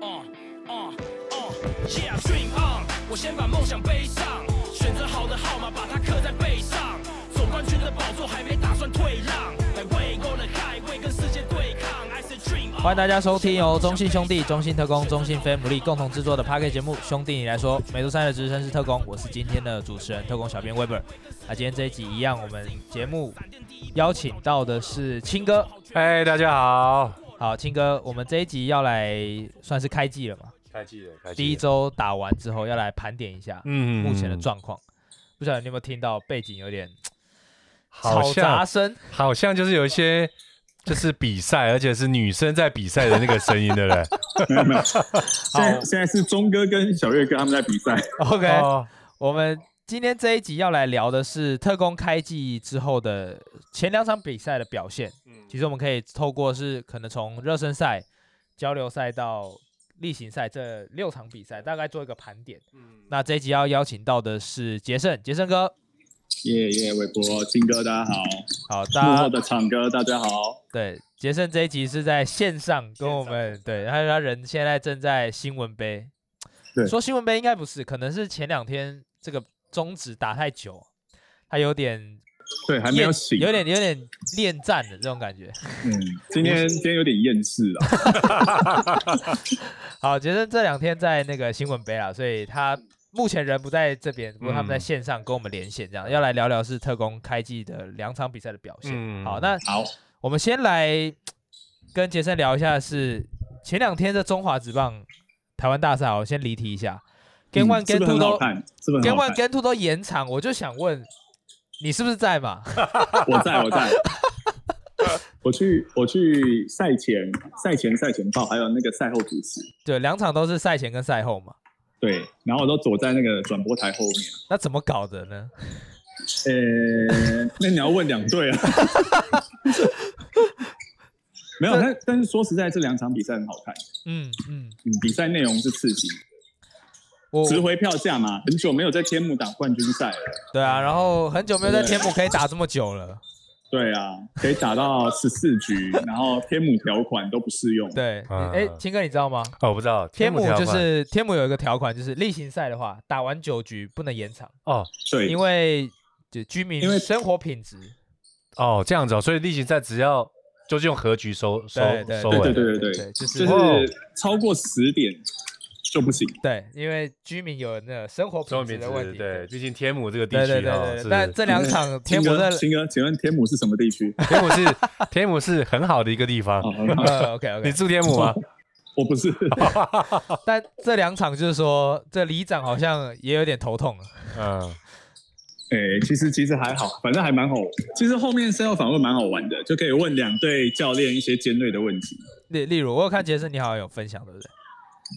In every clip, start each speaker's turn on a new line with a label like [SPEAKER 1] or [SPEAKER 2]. [SPEAKER 1] Uh, uh, uh, yeah, dream on！我先把梦想背上，选择好的号码，把它刻在背上。总冠军的宝座还没打算退让，My way on the highway，跟世界对抗。I said dream on！
[SPEAKER 2] 欢迎大家收听由中信兄弟、中信特工、中信飞姆利共同制作的 p a r k 节目《兄弟你来说》。每周三的值日生是特工，我是今天的主持人特工小编 Weber。那今天这一集一样，我们节目邀请到的是青哥。
[SPEAKER 3] 嗨、哎大家好，
[SPEAKER 2] 好，青哥，我们这一集要来算是开季了嘛？
[SPEAKER 3] 开机了，开
[SPEAKER 2] 第一，周打完之后，要来盘点一下
[SPEAKER 3] 嗯
[SPEAKER 2] 目前的，状况。不晓得你有没有听到背景有点
[SPEAKER 3] 好
[SPEAKER 2] 嘈杂
[SPEAKER 3] 像
[SPEAKER 2] 声？
[SPEAKER 3] 好像就是有一些就是比赛，而且是女生在比赛的那个声音，对不对
[SPEAKER 4] 没有没有，现在现在是钟哥跟小月哥他们在比赛，
[SPEAKER 2] ？OK，
[SPEAKER 3] 哦
[SPEAKER 2] 我们今天这一集要来聊的是特工开季之后的前两场比赛的表现。其实我们可以透过是可能从热身赛、交流赛到例行赛这六场比赛，大概做一个盘点。那这一集要邀请到的是杰胜，杰胜哥。
[SPEAKER 4] 耶耶，韦伯、金哥大家嗯好，
[SPEAKER 2] 好，
[SPEAKER 4] 幕
[SPEAKER 2] 大
[SPEAKER 4] 后
[SPEAKER 2] 家
[SPEAKER 4] 的场哥大家好，
[SPEAKER 2] 对杰胜这一集是在线上跟我们对，他他人现在正在新闻杯
[SPEAKER 4] 对，
[SPEAKER 2] 说新闻杯应该不是，可能是前两天这个中指打太久，他有点
[SPEAKER 4] 对，还没有
[SPEAKER 2] 厌
[SPEAKER 4] 醒，
[SPEAKER 2] 有点有点恋战的这种感觉。
[SPEAKER 4] 嗯，今天今天有点厌世了，
[SPEAKER 2] 好，杰森这两天在那个新闻杯啦，所以他目前人不在这边，不过他们在
[SPEAKER 3] 嗯
[SPEAKER 2] 线上跟我们连线，这样、要来聊聊是特工开季的两场比赛的表现。
[SPEAKER 3] 嗯
[SPEAKER 2] 好，那
[SPEAKER 4] 好，
[SPEAKER 2] 我们先来跟杰森聊一下是前两天的中华职棒台湾大赛，我先离题一下，跟 One
[SPEAKER 4] 嗯
[SPEAKER 2] 跟
[SPEAKER 4] 是不是
[SPEAKER 2] Two
[SPEAKER 4] 很好
[SPEAKER 2] 都
[SPEAKER 4] 看？是不
[SPEAKER 2] 跟
[SPEAKER 4] 是很好
[SPEAKER 2] One
[SPEAKER 4] 看？
[SPEAKER 2] 跟 Two 都延长，我就想问你是不是在嘛？
[SPEAKER 4] 我在我在，我去我去赛前赛前赛前报，还有那个赛后主持，
[SPEAKER 2] 对，两场都是赛前跟赛后嘛，
[SPEAKER 4] 对，然后我都躲在那个转播台后面，
[SPEAKER 2] 那怎么搞的呢？
[SPEAKER 4] 呃， 那你要问两 队啊。没有，
[SPEAKER 2] 这
[SPEAKER 4] 但但是说实在，这两场比赛很好看。
[SPEAKER 2] 嗯嗯，
[SPEAKER 4] 嗯，比赛内容是刺激，
[SPEAKER 2] 我
[SPEAKER 4] 值回票价嘛。很久没有在天幕打冠军赛了，
[SPEAKER 2] 对啊，然后很久没有在
[SPEAKER 4] 对
[SPEAKER 2] 天母可以打这么久了。
[SPEAKER 4] 对啊，可以打到十四局，然后天母条款都不适用。
[SPEAKER 2] 对，你
[SPEAKER 3] 啊
[SPEAKER 2] 哎、青哥你知道吗？
[SPEAKER 3] 哦，我不知道，
[SPEAKER 2] 天
[SPEAKER 3] 母
[SPEAKER 2] 母
[SPEAKER 3] 条
[SPEAKER 2] 就
[SPEAKER 3] 款
[SPEAKER 2] 是天母有一个条款，就是例行赛的话，打完九局不能延长，
[SPEAKER 3] 哦
[SPEAKER 4] 对，
[SPEAKER 2] 因为就居民
[SPEAKER 4] 因为
[SPEAKER 2] 生活品质。
[SPEAKER 3] 哦这样子哦，所以例行赛只要就是用和局收收
[SPEAKER 2] 对对
[SPEAKER 3] 收
[SPEAKER 4] 对
[SPEAKER 3] 尾，
[SPEAKER 4] 对对
[SPEAKER 2] 对
[SPEAKER 4] 对
[SPEAKER 2] 就
[SPEAKER 4] 就是
[SPEAKER 3] 哦
[SPEAKER 4] 是超过十点就不行。
[SPEAKER 2] 对，因为居民有那个生活
[SPEAKER 3] 收尾
[SPEAKER 2] 品质
[SPEAKER 3] 名
[SPEAKER 2] 的问
[SPEAKER 3] 字
[SPEAKER 2] 题。
[SPEAKER 3] 对，毕竟天母这个地
[SPEAKER 2] 对对对
[SPEAKER 3] 区哦，
[SPEAKER 2] 对
[SPEAKER 3] 是
[SPEAKER 2] 对，但这两场天母
[SPEAKER 4] 青
[SPEAKER 2] 的
[SPEAKER 4] 哥，青哥，请问天母是什么地区？
[SPEAKER 3] 天母是天母是很好的一个地方
[SPEAKER 4] 哦，，
[SPEAKER 2] 呃 OK
[SPEAKER 3] 你
[SPEAKER 2] OK，
[SPEAKER 3] 住天母啊吗？
[SPEAKER 4] 我不是，哎
[SPEAKER 2] 但这两场就是说，这里长好像也有点头痛了。
[SPEAKER 3] 嗯，
[SPEAKER 4] 哎、其实其实还好，反正还蛮好。其实后面赛后访问蛮好玩的，就可以问两队教练一些尖锐的问题。
[SPEAKER 2] 例例如，我有看杰森，你好像有分享，对不对？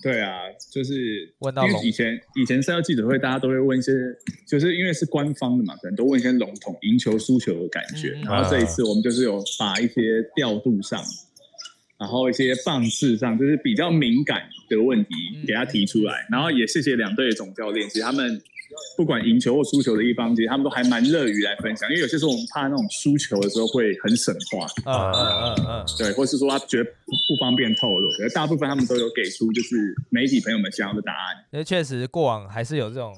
[SPEAKER 4] 对啊，就是
[SPEAKER 2] 问到
[SPEAKER 4] 因
[SPEAKER 2] 龙
[SPEAKER 4] 为以前以前赛后记者会，大家都会问一些，就是因为是官方的嘛，可能都问一些笼统赢球输球的感觉。
[SPEAKER 2] 嗯嗯
[SPEAKER 4] 然后这一次我们就是有把一些调度上，然后一些棒式上，就是比较敏感的问题
[SPEAKER 2] 嗯
[SPEAKER 4] 给他提出来。然后也谢谢两队的总教练，其实他们不管赢球或输球的一方，其实他们都还蛮乐于来分享，因为有些时候我们怕那种输球的时候会很省话。
[SPEAKER 2] 嗯嗯嗯嗯，
[SPEAKER 4] 对，或是说他觉得不不方便透露，而大部分他们都有给出就是媒体朋友们想要的答案。
[SPEAKER 2] 因为确实过往还是有这种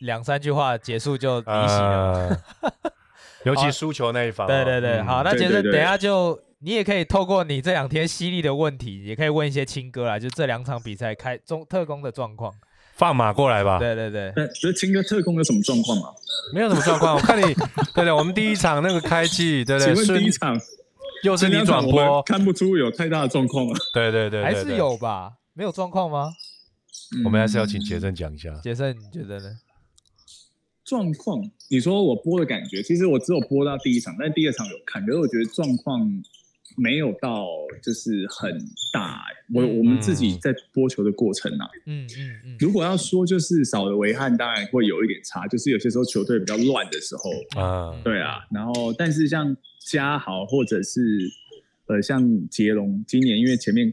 [SPEAKER 2] 两三句话结束就离席了。
[SPEAKER 3] 呃，尤其输球那一方哦，
[SPEAKER 2] 对对对，
[SPEAKER 3] 嗯
[SPEAKER 2] 好，那
[SPEAKER 4] 对
[SPEAKER 2] 杰森，
[SPEAKER 4] 对
[SPEAKER 2] 等
[SPEAKER 4] 对
[SPEAKER 2] 一下就你也可以透过你这两天犀利的问题，也可以问一些青哥啦，就这两场比赛开中特工的状况。
[SPEAKER 3] 放马过来吧，
[SPEAKER 2] 对对对，
[SPEAKER 4] 那这青哥特工有什么状况吗？
[SPEAKER 3] 没有什么状况。我看你，对对，我们第一场那个开季，对
[SPEAKER 4] 请
[SPEAKER 3] 对，
[SPEAKER 4] 问
[SPEAKER 3] 顺
[SPEAKER 4] 第一场
[SPEAKER 3] 又是你转
[SPEAKER 4] 前两场我们
[SPEAKER 3] 播，
[SPEAKER 4] 看不出有太大的状况吗？
[SPEAKER 3] 对对对，对
[SPEAKER 2] 还是。有吧？没有状况吗？
[SPEAKER 3] 对我们还是要请杰
[SPEAKER 4] 嗯
[SPEAKER 3] 森讲一下。
[SPEAKER 2] 杰森，你觉得呢？
[SPEAKER 4] 状况。你说我播的感觉，其实我只有播到第一场，但第二场有看，可是我觉得状况没有到就是很大、欸我我们自
[SPEAKER 3] 嗯
[SPEAKER 4] 己在播球的过程啊，
[SPEAKER 2] 嗯嗯嗯，
[SPEAKER 4] 如果要说就是少了维汉，当然会有一点差，就是有些时候球队比较乱的时候，
[SPEAKER 3] 嗯，
[SPEAKER 4] 对啊，然后但是像嘉豪或者是呃像杰龙，今年因为前面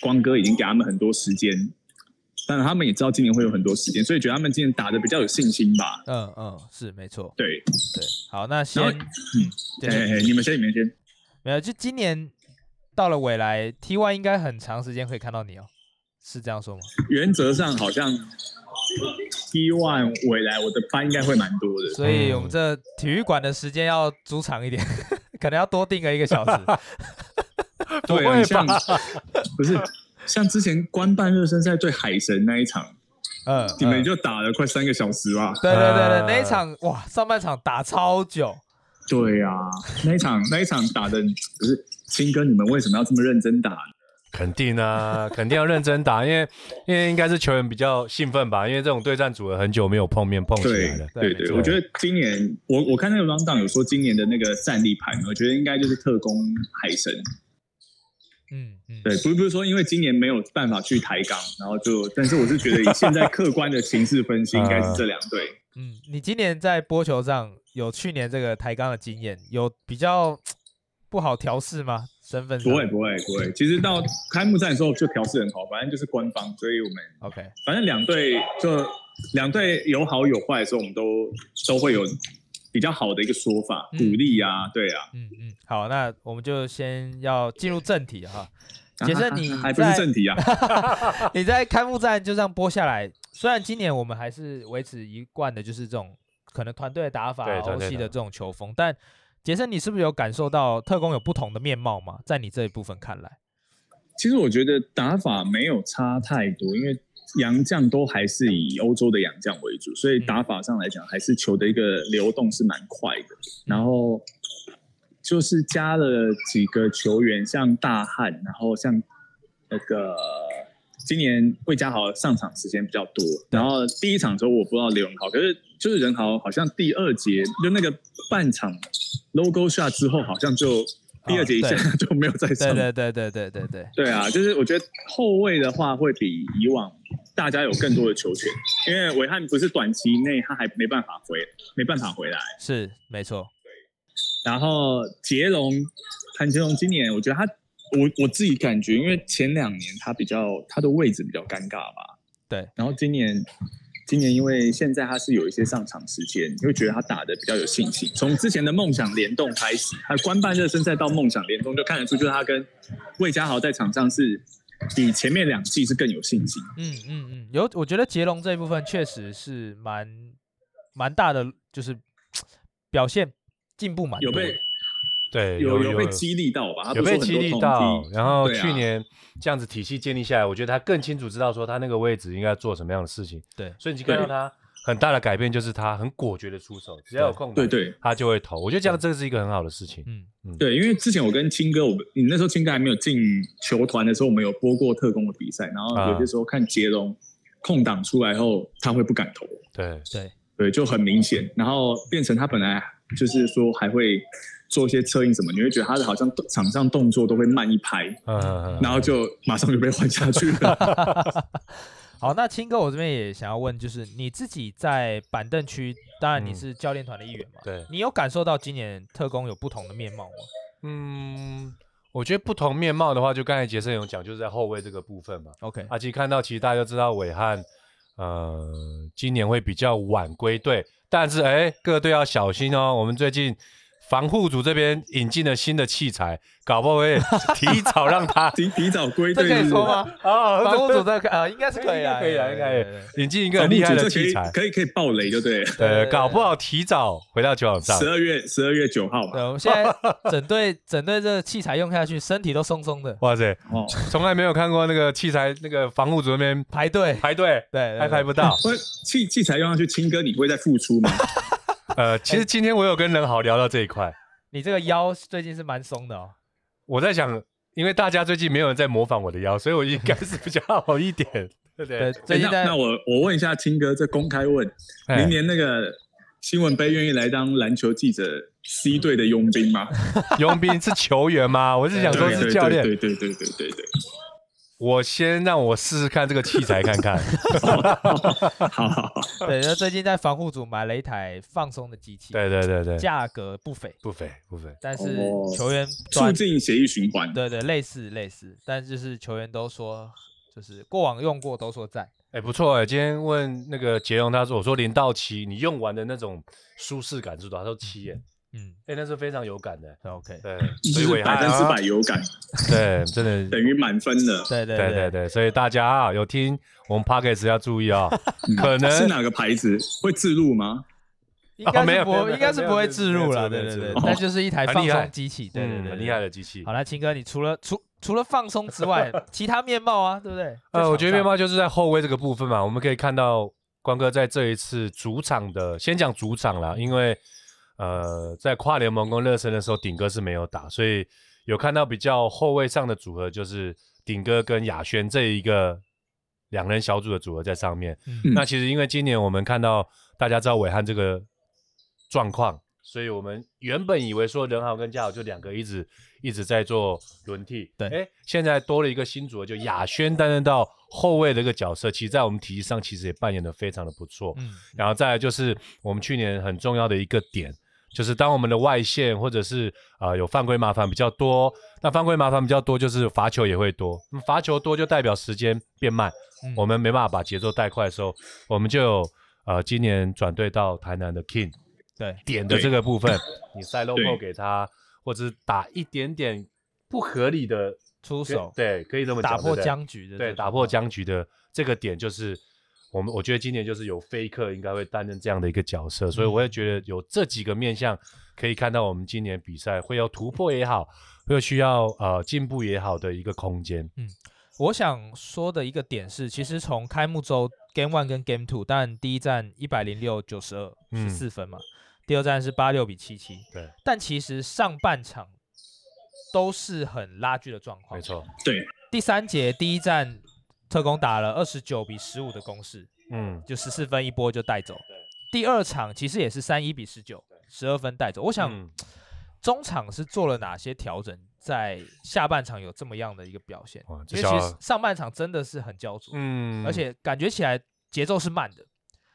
[SPEAKER 4] 光哥已经给他们很多时间，当然他们也知道今年会有很多时间，所以觉得他们今年打的比较有信心吧。
[SPEAKER 2] 嗯嗯，是没错。
[SPEAKER 4] 对，
[SPEAKER 2] 对，好，那先
[SPEAKER 4] 然后嗯，
[SPEAKER 2] 对
[SPEAKER 4] 哎、嘿你们先，你们先。
[SPEAKER 2] 没有，就今年到了未来 T One 应该很长时间可以看到你哦，是这样说吗？
[SPEAKER 4] 原则上好像 T One 未来我的班应该会蛮多的，
[SPEAKER 2] 所以我们这体育馆的时间要租长一点， 可能要多定个一个小 时。
[SPEAKER 4] 对
[SPEAKER 3] 不
[SPEAKER 4] 啊，
[SPEAKER 3] 会
[SPEAKER 4] 你
[SPEAKER 3] 吧
[SPEAKER 4] 像不是像之前官办热身赛对海神那一场，
[SPEAKER 2] 嗯，
[SPEAKER 4] 你们
[SPEAKER 2] 嗯
[SPEAKER 4] 就打了快三个小时吧？
[SPEAKER 2] 对对对对，那一
[SPEAKER 3] 啊
[SPEAKER 2] 场哇，上半场打超久，
[SPEAKER 4] 对呀、啊，那一场那一场打的不是青哥，你们为什么要这么认真打？
[SPEAKER 3] 肯定啊， 肯定要认真打，因为因为应该是球员比较兴奋吧，因为这种对战组合很久没有碰面碰起来
[SPEAKER 4] 对
[SPEAKER 3] 了。
[SPEAKER 2] 对
[SPEAKER 4] 对
[SPEAKER 2] 没
[SPEAKER 4] 对，
[SPEAKER 2] 错
[SPEAKER 4] 我觉得今年我我看那个 round down 有说今年的那个战力盘，我觉得应该就是特工海神。
[SPEAKER 2] 嗯嗯，
[SPEAKER 4] 对，不是不是说因为今年没有办法去抬杠，然后就，但是我是觉得以现在客观的形势分
[SPEAKER 2] 啊
[SPEAKER 4] 析，应该是这两队。
[SPEAKER 2] 嗯，你今年在播球上有去年这个抬杠的经验，有比较不好调试吗？身份上
[SPEAKER 4] 不会不会不会，其实到开幕战的时候就调试很好，反正就是官方，所以我们
[SPEAKER 2] ，OK，
[SPEAKER 4] 反正两队就两队有好有坏的时候，我们都都会有比较好的一个说法，
[SPEAKER 2] 嗯
[SPEAKER 4] 鼓励啊，对 啊。
[SPEAKER 2] 嗯嗯，好，那我们就先要进入正题哈。杰森，你
[SPEAKER 4] 啊还不是
[SPEAKER 2] 在
[SPEAKER 4] 正题啊？
[SPEAKER 2] 你在开幕战就这样播下来，虽然今年我们还是维持一贯的，就是这种可能团队的打法、
[SPEAKER 3] 对团
[SPEAKER 2] 欧
[SPEAKER 3] 队
[SPEAKER 2] 系
[SPEAKER 3] 打
[SPEAKER 2] 的这种球风，但杰森，你是不是有感受到特工有不同的面貌吗？在你这一部分看来，
[SPEAKER 4] 其实我觉得打法没有差太多，因为洋将都还是以欧洲的洋将为主，所以
[SPEAKER 2] 嗯
[SPEAKER 4] 打法上来讲，还是球的一个流动是蛮快的。
[SPEAKER 2] 嗯
[SPEAKER 4] 然后就是加了几个球员，像大汉，然后像那个今年魏家豪上场时间比较多。然后第一场的时候我不知道刘仁豪，可是就是仁豪好像第二节就那个半场 logo shot 之后，好像就第二节一下
[SPEAKER 2] 啊
[SPEAKER 4] 就没有再上
[SPEAKER 2] 对对对对对对对，
[SPEAKER 4] 对啊，就是我觉得后卫的话会比以往大家有更多的球权，因为维汉不是短期内他还没办法回，没办法回来。
[SPEAKER 2] 是没错，
[SPEAKER 4] 然后杰龙，谭杰龙今年我觉得他，我我自己感觉，因为前两年他比较他的位置比较尴尬吧。
[SPEAKER 2] 对。
[SPEAKER 4] 然后今年，今年因为现在他是有一些上场时间，你会觉得他打的比较有信心。从之前的梦想联动开始，他官办热身赛到梦想联动，就看得出就是他跟魏家豪在场上是比前面两季是更有信心。
[SPEAKER 2] 嗯嗯嗯，有，我觉得杰龙这一部分确实是蛮蛮大的，就是表现进步蛮
[SPEAKER 4] 有
[SPEAKER 2] 多的
[SPEAKER 4] 被
[SPEAKER 3] 对，
[SPEAKER 4] 有
[SPEAKER 3] 有
[SPEAKER 4] 有被激励到吧？他
[SPEAKER 3] 有
[SPEAKER 4] 不是
[SPEAKER 3] 被
[SPEAKER 4] 说很
[SPEAKER 3] 激
[SPEAKER 4] 多
[SPEAKER 3] 励
[SPEAKER 4] 痛
[SPEAKER 3] 到
[SPEAKER 4] 击，
[SPEAKER 3] 然后
[SPEAKER 4] 对啊
[SPEAKER 3] 去年这样子体系建立下来，我觉得他更清楚知道说他那个位置应该做什么样的事情，
[SPEAKER 2] 对
[SPEAKER 3] 所以你看到
[SPEAKER 4] 对
[SPEAKER 3] 他很大的改变就是他很果决的出手，只要有空档
[SPEAKER 4] 对对
[SPEAKER 3] 他就会投，我觉得这样这是一个很好的事情。
[SPEAKER 2] 嗯
[SPEAKER 4] 对，因为之前我跟青哥，我们你那时候青哥还没有进球团的时候，我们有播过特工的比赛，然后有
[SPEAKER 3] 啊
[SPEAKER 4] 些时候看杰龙空档出来后，他会不敢投，
[SPEAKER 3] 对，
[SPEAKER 2] 对，
[SPEAKER 4] 对，就很明显，然后变成他本来就是说还会做一些策应什么，你会觉得他的好像动场上动作都会慢一拍，
[SPEAKER 3] 嗯嗯嗯，
[SPEAKER 4] 然后就马上就被换下去 了。
[SPEAKER 2] 好，那青哥，我这边也想要问，就是你自己在板凳区，当然你
[SPEAKER 3] 嗯
[SPEAKER 2] 是教练团的一员嘛，
[SPEAKER 3] 对，
[SPEAKER 2] 你有感受到今年特工有不同的面貌吗？
[SPEAKER 3] 嗯，我觉得不同面貌的话，就刚才杰森有讲，就是在后卫这个部分嘛。
[SPEAKER 2] OK，
[SPEAKER 3] 啊，其实看到，其实大家都知道伟汉，呃，今年会比较晚归队，但是哎，各队要小心哦。我们最近防护组这边引进了新的器材，搞不好 会提早让他
[SPEAKER 4] 提提早归
[SPEAKER 2] 这
[SPEAKER 4] 队，
[SPEAKER 2] 可以 说？吗？
[SPEAKER 3] 啊
[SPEAKER 2] 防护组
[SPEAKER 3] 这
[SPEAKER 2] 这个呃，应该是可以啊，
[SPEAKER 3] 可以啊，应该
[SPEAKER 2] 对对对
[SPEAKER 3] 引进一个
[SPEAKER 4] 防
[SPEAKER 3] 很
[SPEAKER 4] 护
[SPEAKER 3] 厉害
[SPEAKER 4] 组
[SPEAKER 3] 的
[SPEAKER 4] 这可
[SPEAKER 3] 器
[SPEAKER 4] 以
[SPEAKER 3] 材，
[SPEAKER 4] 可以可以爆雷就对了。啊
[SPEAKER 2] 对
[SPEAKER 3] 对，
[SPEAKER 2] 对
[SPEAKER 3] 搞不好提早回到球场上
[SPEAKER 4] 十。二月十二月九号嘛
[SPEAKER 2] 对，，我们现 在整队整队这个器材用下去，身体都松松的，
[SPEAKER 3] 哇塞，
[SPEAKER 4] 哦，
[SPEAKER 3] 从来没有看过那个器材那个防护组那边
[SPEAKER 2] 排队，
[SPEAKER 3] 排 队，
[SPEAKER 2] 对，
[SPEAKER 3] 还排
[SPEAKER 2] 不
[SPEAKER 3] 不到。
[SPEAKER 4] 不是哦器器材用上去，青哥你会再付出吗？
[SPEAKER 3] 呃，其实今天我有跟任豪聊到这一块，
[SPEAKER 2] 你这个腰最近是蛮松的哦。
[SPEAKER 3] 我在想，因为大家最近没有人在模仿我的腰，所以我应该是比较好一点， 对不
[SPEAKER 2] 对，
[SPEAKER 3] 对？
[SPEAKER 2] 最近
[SPEAKER 4] 欸
[SPEAKER 2] 在
[SPEAKER 4] 那那我我问一下青哥，这公开问，
[SPEAKER 3] 哎
[SPEAKER 4] 明年那个新闻杯愿意来当篮球记者 C 队的佣兵 吗？
[SPEAKER 3] 佣兵是球员 吗？我是想说
[SPEAKER 4] 对
[SPEAKER 3] 是教练。
[SPEAKER 4] 对对对对对 对对
[SPEAKER 3] 我先让我试试看这个器材看 看。
[SPEAKER 4] 对，好好好，
[SPEAKER 2] 对，那最近在防护组买了一台放松的机器，
[SPEAKER 3] 对对对对，
[SPEAKER 2] 价格不菲，
[SPEAKER 3] 不菲不菲。
[SPEAKER 2] 但是
[SPEAKER 4] 哦
[SPEAKER 2] 球员
[SPEAKER 4] 促
[SPEAKER 2] 端
[SPEAKER 4] 进协议循环。
[SPEAKER 2] 对对，类似类似，但就是球员都说，就是过往用过都说赞。
[SPEAKER 3] 哎，不错哎，今天问那个杰荣，他说我说零到七，你用完的那种舒适感是多少？他说七耶，
[SPEAKER 2] 嗯
[SPEAKER 3] 哎、那是非常有感的。
[SPEAKER 2] ，OK，
[SPEAKER 3] 对，
[SPEAKER 4] 就
[SPEAKER 3] 所以
[SPEAKER 4] 是
[SPEAKER 3] 伟汉
[SPEAKER 4] 百分之
[SPEAKER 3] 啊
[SPEAKER 4] 百，有感，
[SPEAKER 3] 对， 真的
[SPEAKER 4] 等，于满分了。
[SPEAKER 2] 对对
[SPEAKER 3] 对对对，所以大家啊，有听我们 p o c k e t 要注意 哦，
[SPEAKER 4] 嗯
[SPEAKER 3] 可能
[SPEAKER 4] 是哪个牌子会自录吗？
[SPEAKER 2] 应该
[SPEAKER 3] 哦没
[SPEAKER 2] 是
[SPEAKER 3] 有没有
[SPEAKER 2] 不
[SPEAKER 3] 没有
[SPEAKER 2] 应该是不会置入了，
[SPEAKER 3] 没
[SPEAKER 2] 对
[SPEAKER 3] 有
[SPEAKER 2] 对
[SPEAKER 3] 没有没有
[SPEAKER 2] 对
[SPEAKER 3] 没有，
[SPEAKER 2] 那就是一台
[SPEAKER 3] 很
[SPEAKER 2] 放
[SPEAKER 3] 厉害
[SPEAKER 2] 松机器，对对
[SPEAKER 3] 嗯
[SPEAKER 2] 对，对
[SPEAKER 3] 很厉害。的机器
[SPEAKER 2] 好。了，秦哥，你除了除除了放松之 外，其他面貌啊，对不对？
[SPEAKER 3] 呃，
[SPEAKER 2] 在
[SPEAKER 3] 我觉得面
[SPEAKER 2] 场上
[SPEAKER 3] 包就是在后卫这个部分嘛，我们可以看到光哥在这一次主场的，先讲主场啦，因为呃，在跨联盟跟热身的时候，顶哥是没有打，所以有看到比较后卫上的组合，就是顶哥跟亚轩这一个两人小组的组合在上面。
[SPEAKER 2] 嗯
[SPEAKER 3] 那其实因为今年我们看到大家知道伟汉这个状况，所以我们原本以为说任豪跟嘉豪就两个一直一直在做轮替，
[SPEAKER 2] 对
[SPEAKER 3] 哎，现在多了一个新组合，就亚轩担任到后卫的一个角色，其实在我们体育上其实也扮演的非常的不错。
[SPEAKER 2] 嗯，
[SPEAKER 3] 然后再来就是我们去年很重要的一个点，就是当我们的外线或者是呃有犯规麻烦比较多，那犯规麻烦比较多，就是罚球也会多。那么罚球多就代表时间变慢，
[SPEAKER 2] 嗯
[SPEAKER 3] 我们没办法把节奏带快的时候，我们就有呃今年转队到台南的 King
[SPEAKER 2] 对，
[SPEAKER 3] 点的
[SPEAKER 4] 对
[SPEAKER 3] 这个部分，你塞 low
[SPEAKER 4] 对
[SPEAKER 3] ball 给他，或者是打一点点不合理的
[SPEAKER 2] 出手
[SPEAKER 3] 对，可以这么讲
[SPEAKER 2] 打破
[SPEAKER 3] 对不对
[SPEAKER 2] 僵局的这
[SPEAKER 3] 对，
[SPEAKER 2] 种哦
[SPEAKER 3] 打破
[SPEAKER 2] 话
[SPEAKER 3] 僵局的这个点就是我们，我觉得今年就是有菲克应该会担任这样的一个角色，
[SPEAKER 2] 嗯
[SPEAKER 3] 所以我也觉得有这几个面向可以看到我们今年比赛会有突破也好，会有需要呃进步也好的一个空间。
[SPEAKER 2] 我想说的一个点是，其实从开幕周 Game One 跟 Game Two，当然第一站一百零六九十二
[SPEAKER 3] 嗯
[SPEAKER 2] 十四分嘛，第二站是八六比七七，
[SPEAKER 3] 对，
[SPEAKER 2] 但其实上半场都是很拉锯的状况。
[SPEAKER 3] 没。错，
[SPEAKER 4] 对，
[SPEAKER 2] 第三节第一站，特工打了二十九比十五的攻势，
[SPEAKER 3] 嗯，
[SPEAKER 2] 就十四分一波就带走。第二场其实也是三一比十九，十二分带走。我想
[SPEAKER 3] 嗯
[SPEAKER 2] 中场是做了哪些调整，在下半场有这么样的一个表现？
[SPEAKER 3] 哇，这
[SPEAKER 2] 因为
[SPEAKER 3] 小
[SPEAKER 2] 其实上半场真的是很焦灼，
[SPEAKER 3] 嗯，
[SPEAKER 2] 而且感觉起来节奏是慢的，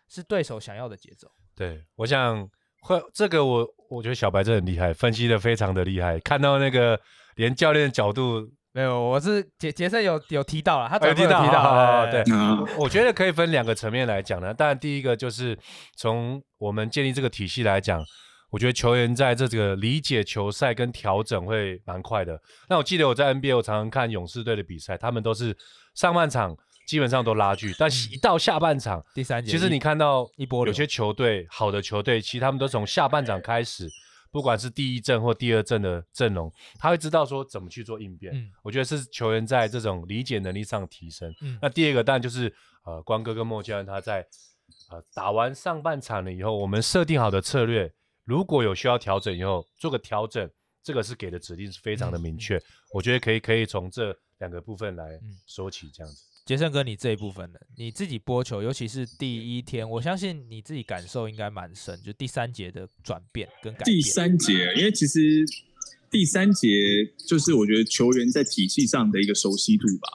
[SPEAKER 2] 是对手想要的节奏。
[SPEAKER 3] 对，我想会这个我我觉得小白真的很厉害，分析的非常的厉害，看到那个连教练的角度
[SPEAKER 2] 没有，我是杰杰森有哦有提到了，哦他
[SPEAKER 3] 有
[SPEAKER 2] 昨天
[SPEAKER 3] 提到
[SPEAKER 2] 提
[SPEAKER 3] 好好好
[SPEAKER 2] 到，
[SPEAKER 3] 对
[SPEAKER 4] 啊，
[SPEAKER 3] 我觉得可以分两个层面来讲呢。当然，第一个就是从我们建立这个体系来讲，我觉得球员在这个理解球赛跟调整会蛮快的。那我记得我在 NBA 我常常看勇士队的比赛，他们都是上半场基本上都拉锯，但
[SPEAKER 2] 嗯
[SPEAKER 3] 一到下半场，
[SPEAKER 2] 第三节。
[SPEAKER 3] 其实你看到
[SPEAKER 2] 一波流
[SPEAKER 3] 有些球队好的球队，其实他们都从下半场开始，不管是第一阵或第二阵的阵容，他会知道说怎么去做应变。
[SPEAKER 2] 嗯
[SPEAKER 3] 我觉得是球员在这种理解能力上提升。
[SPEAKER 2] 嗯
[SPEAKER 3] 那第二个当然就是呃，光哥跟莫教练他在呃打完上半场了以后，我们设定好的策略，如果有需要调整以后做个调整，这个是给的指令是非常
[SPEAKER 2] 嗯
[SPEAKER 3] 的明确。我觉得可以可以从这两个部分来
[SPEAKER 2] 嗯
[SPEAKER 3] 说起，这样子。
[SPEAKER 2] 杰森哥，你这一部分呢，你自己播球，尤其是第一天，我相信你自己感受应该蛮深，就第三节的转变跟改变。
[SPEAKER 4] 第三节，因为其实第三节就是我觉得球员在体系上的一个熟悉度吧。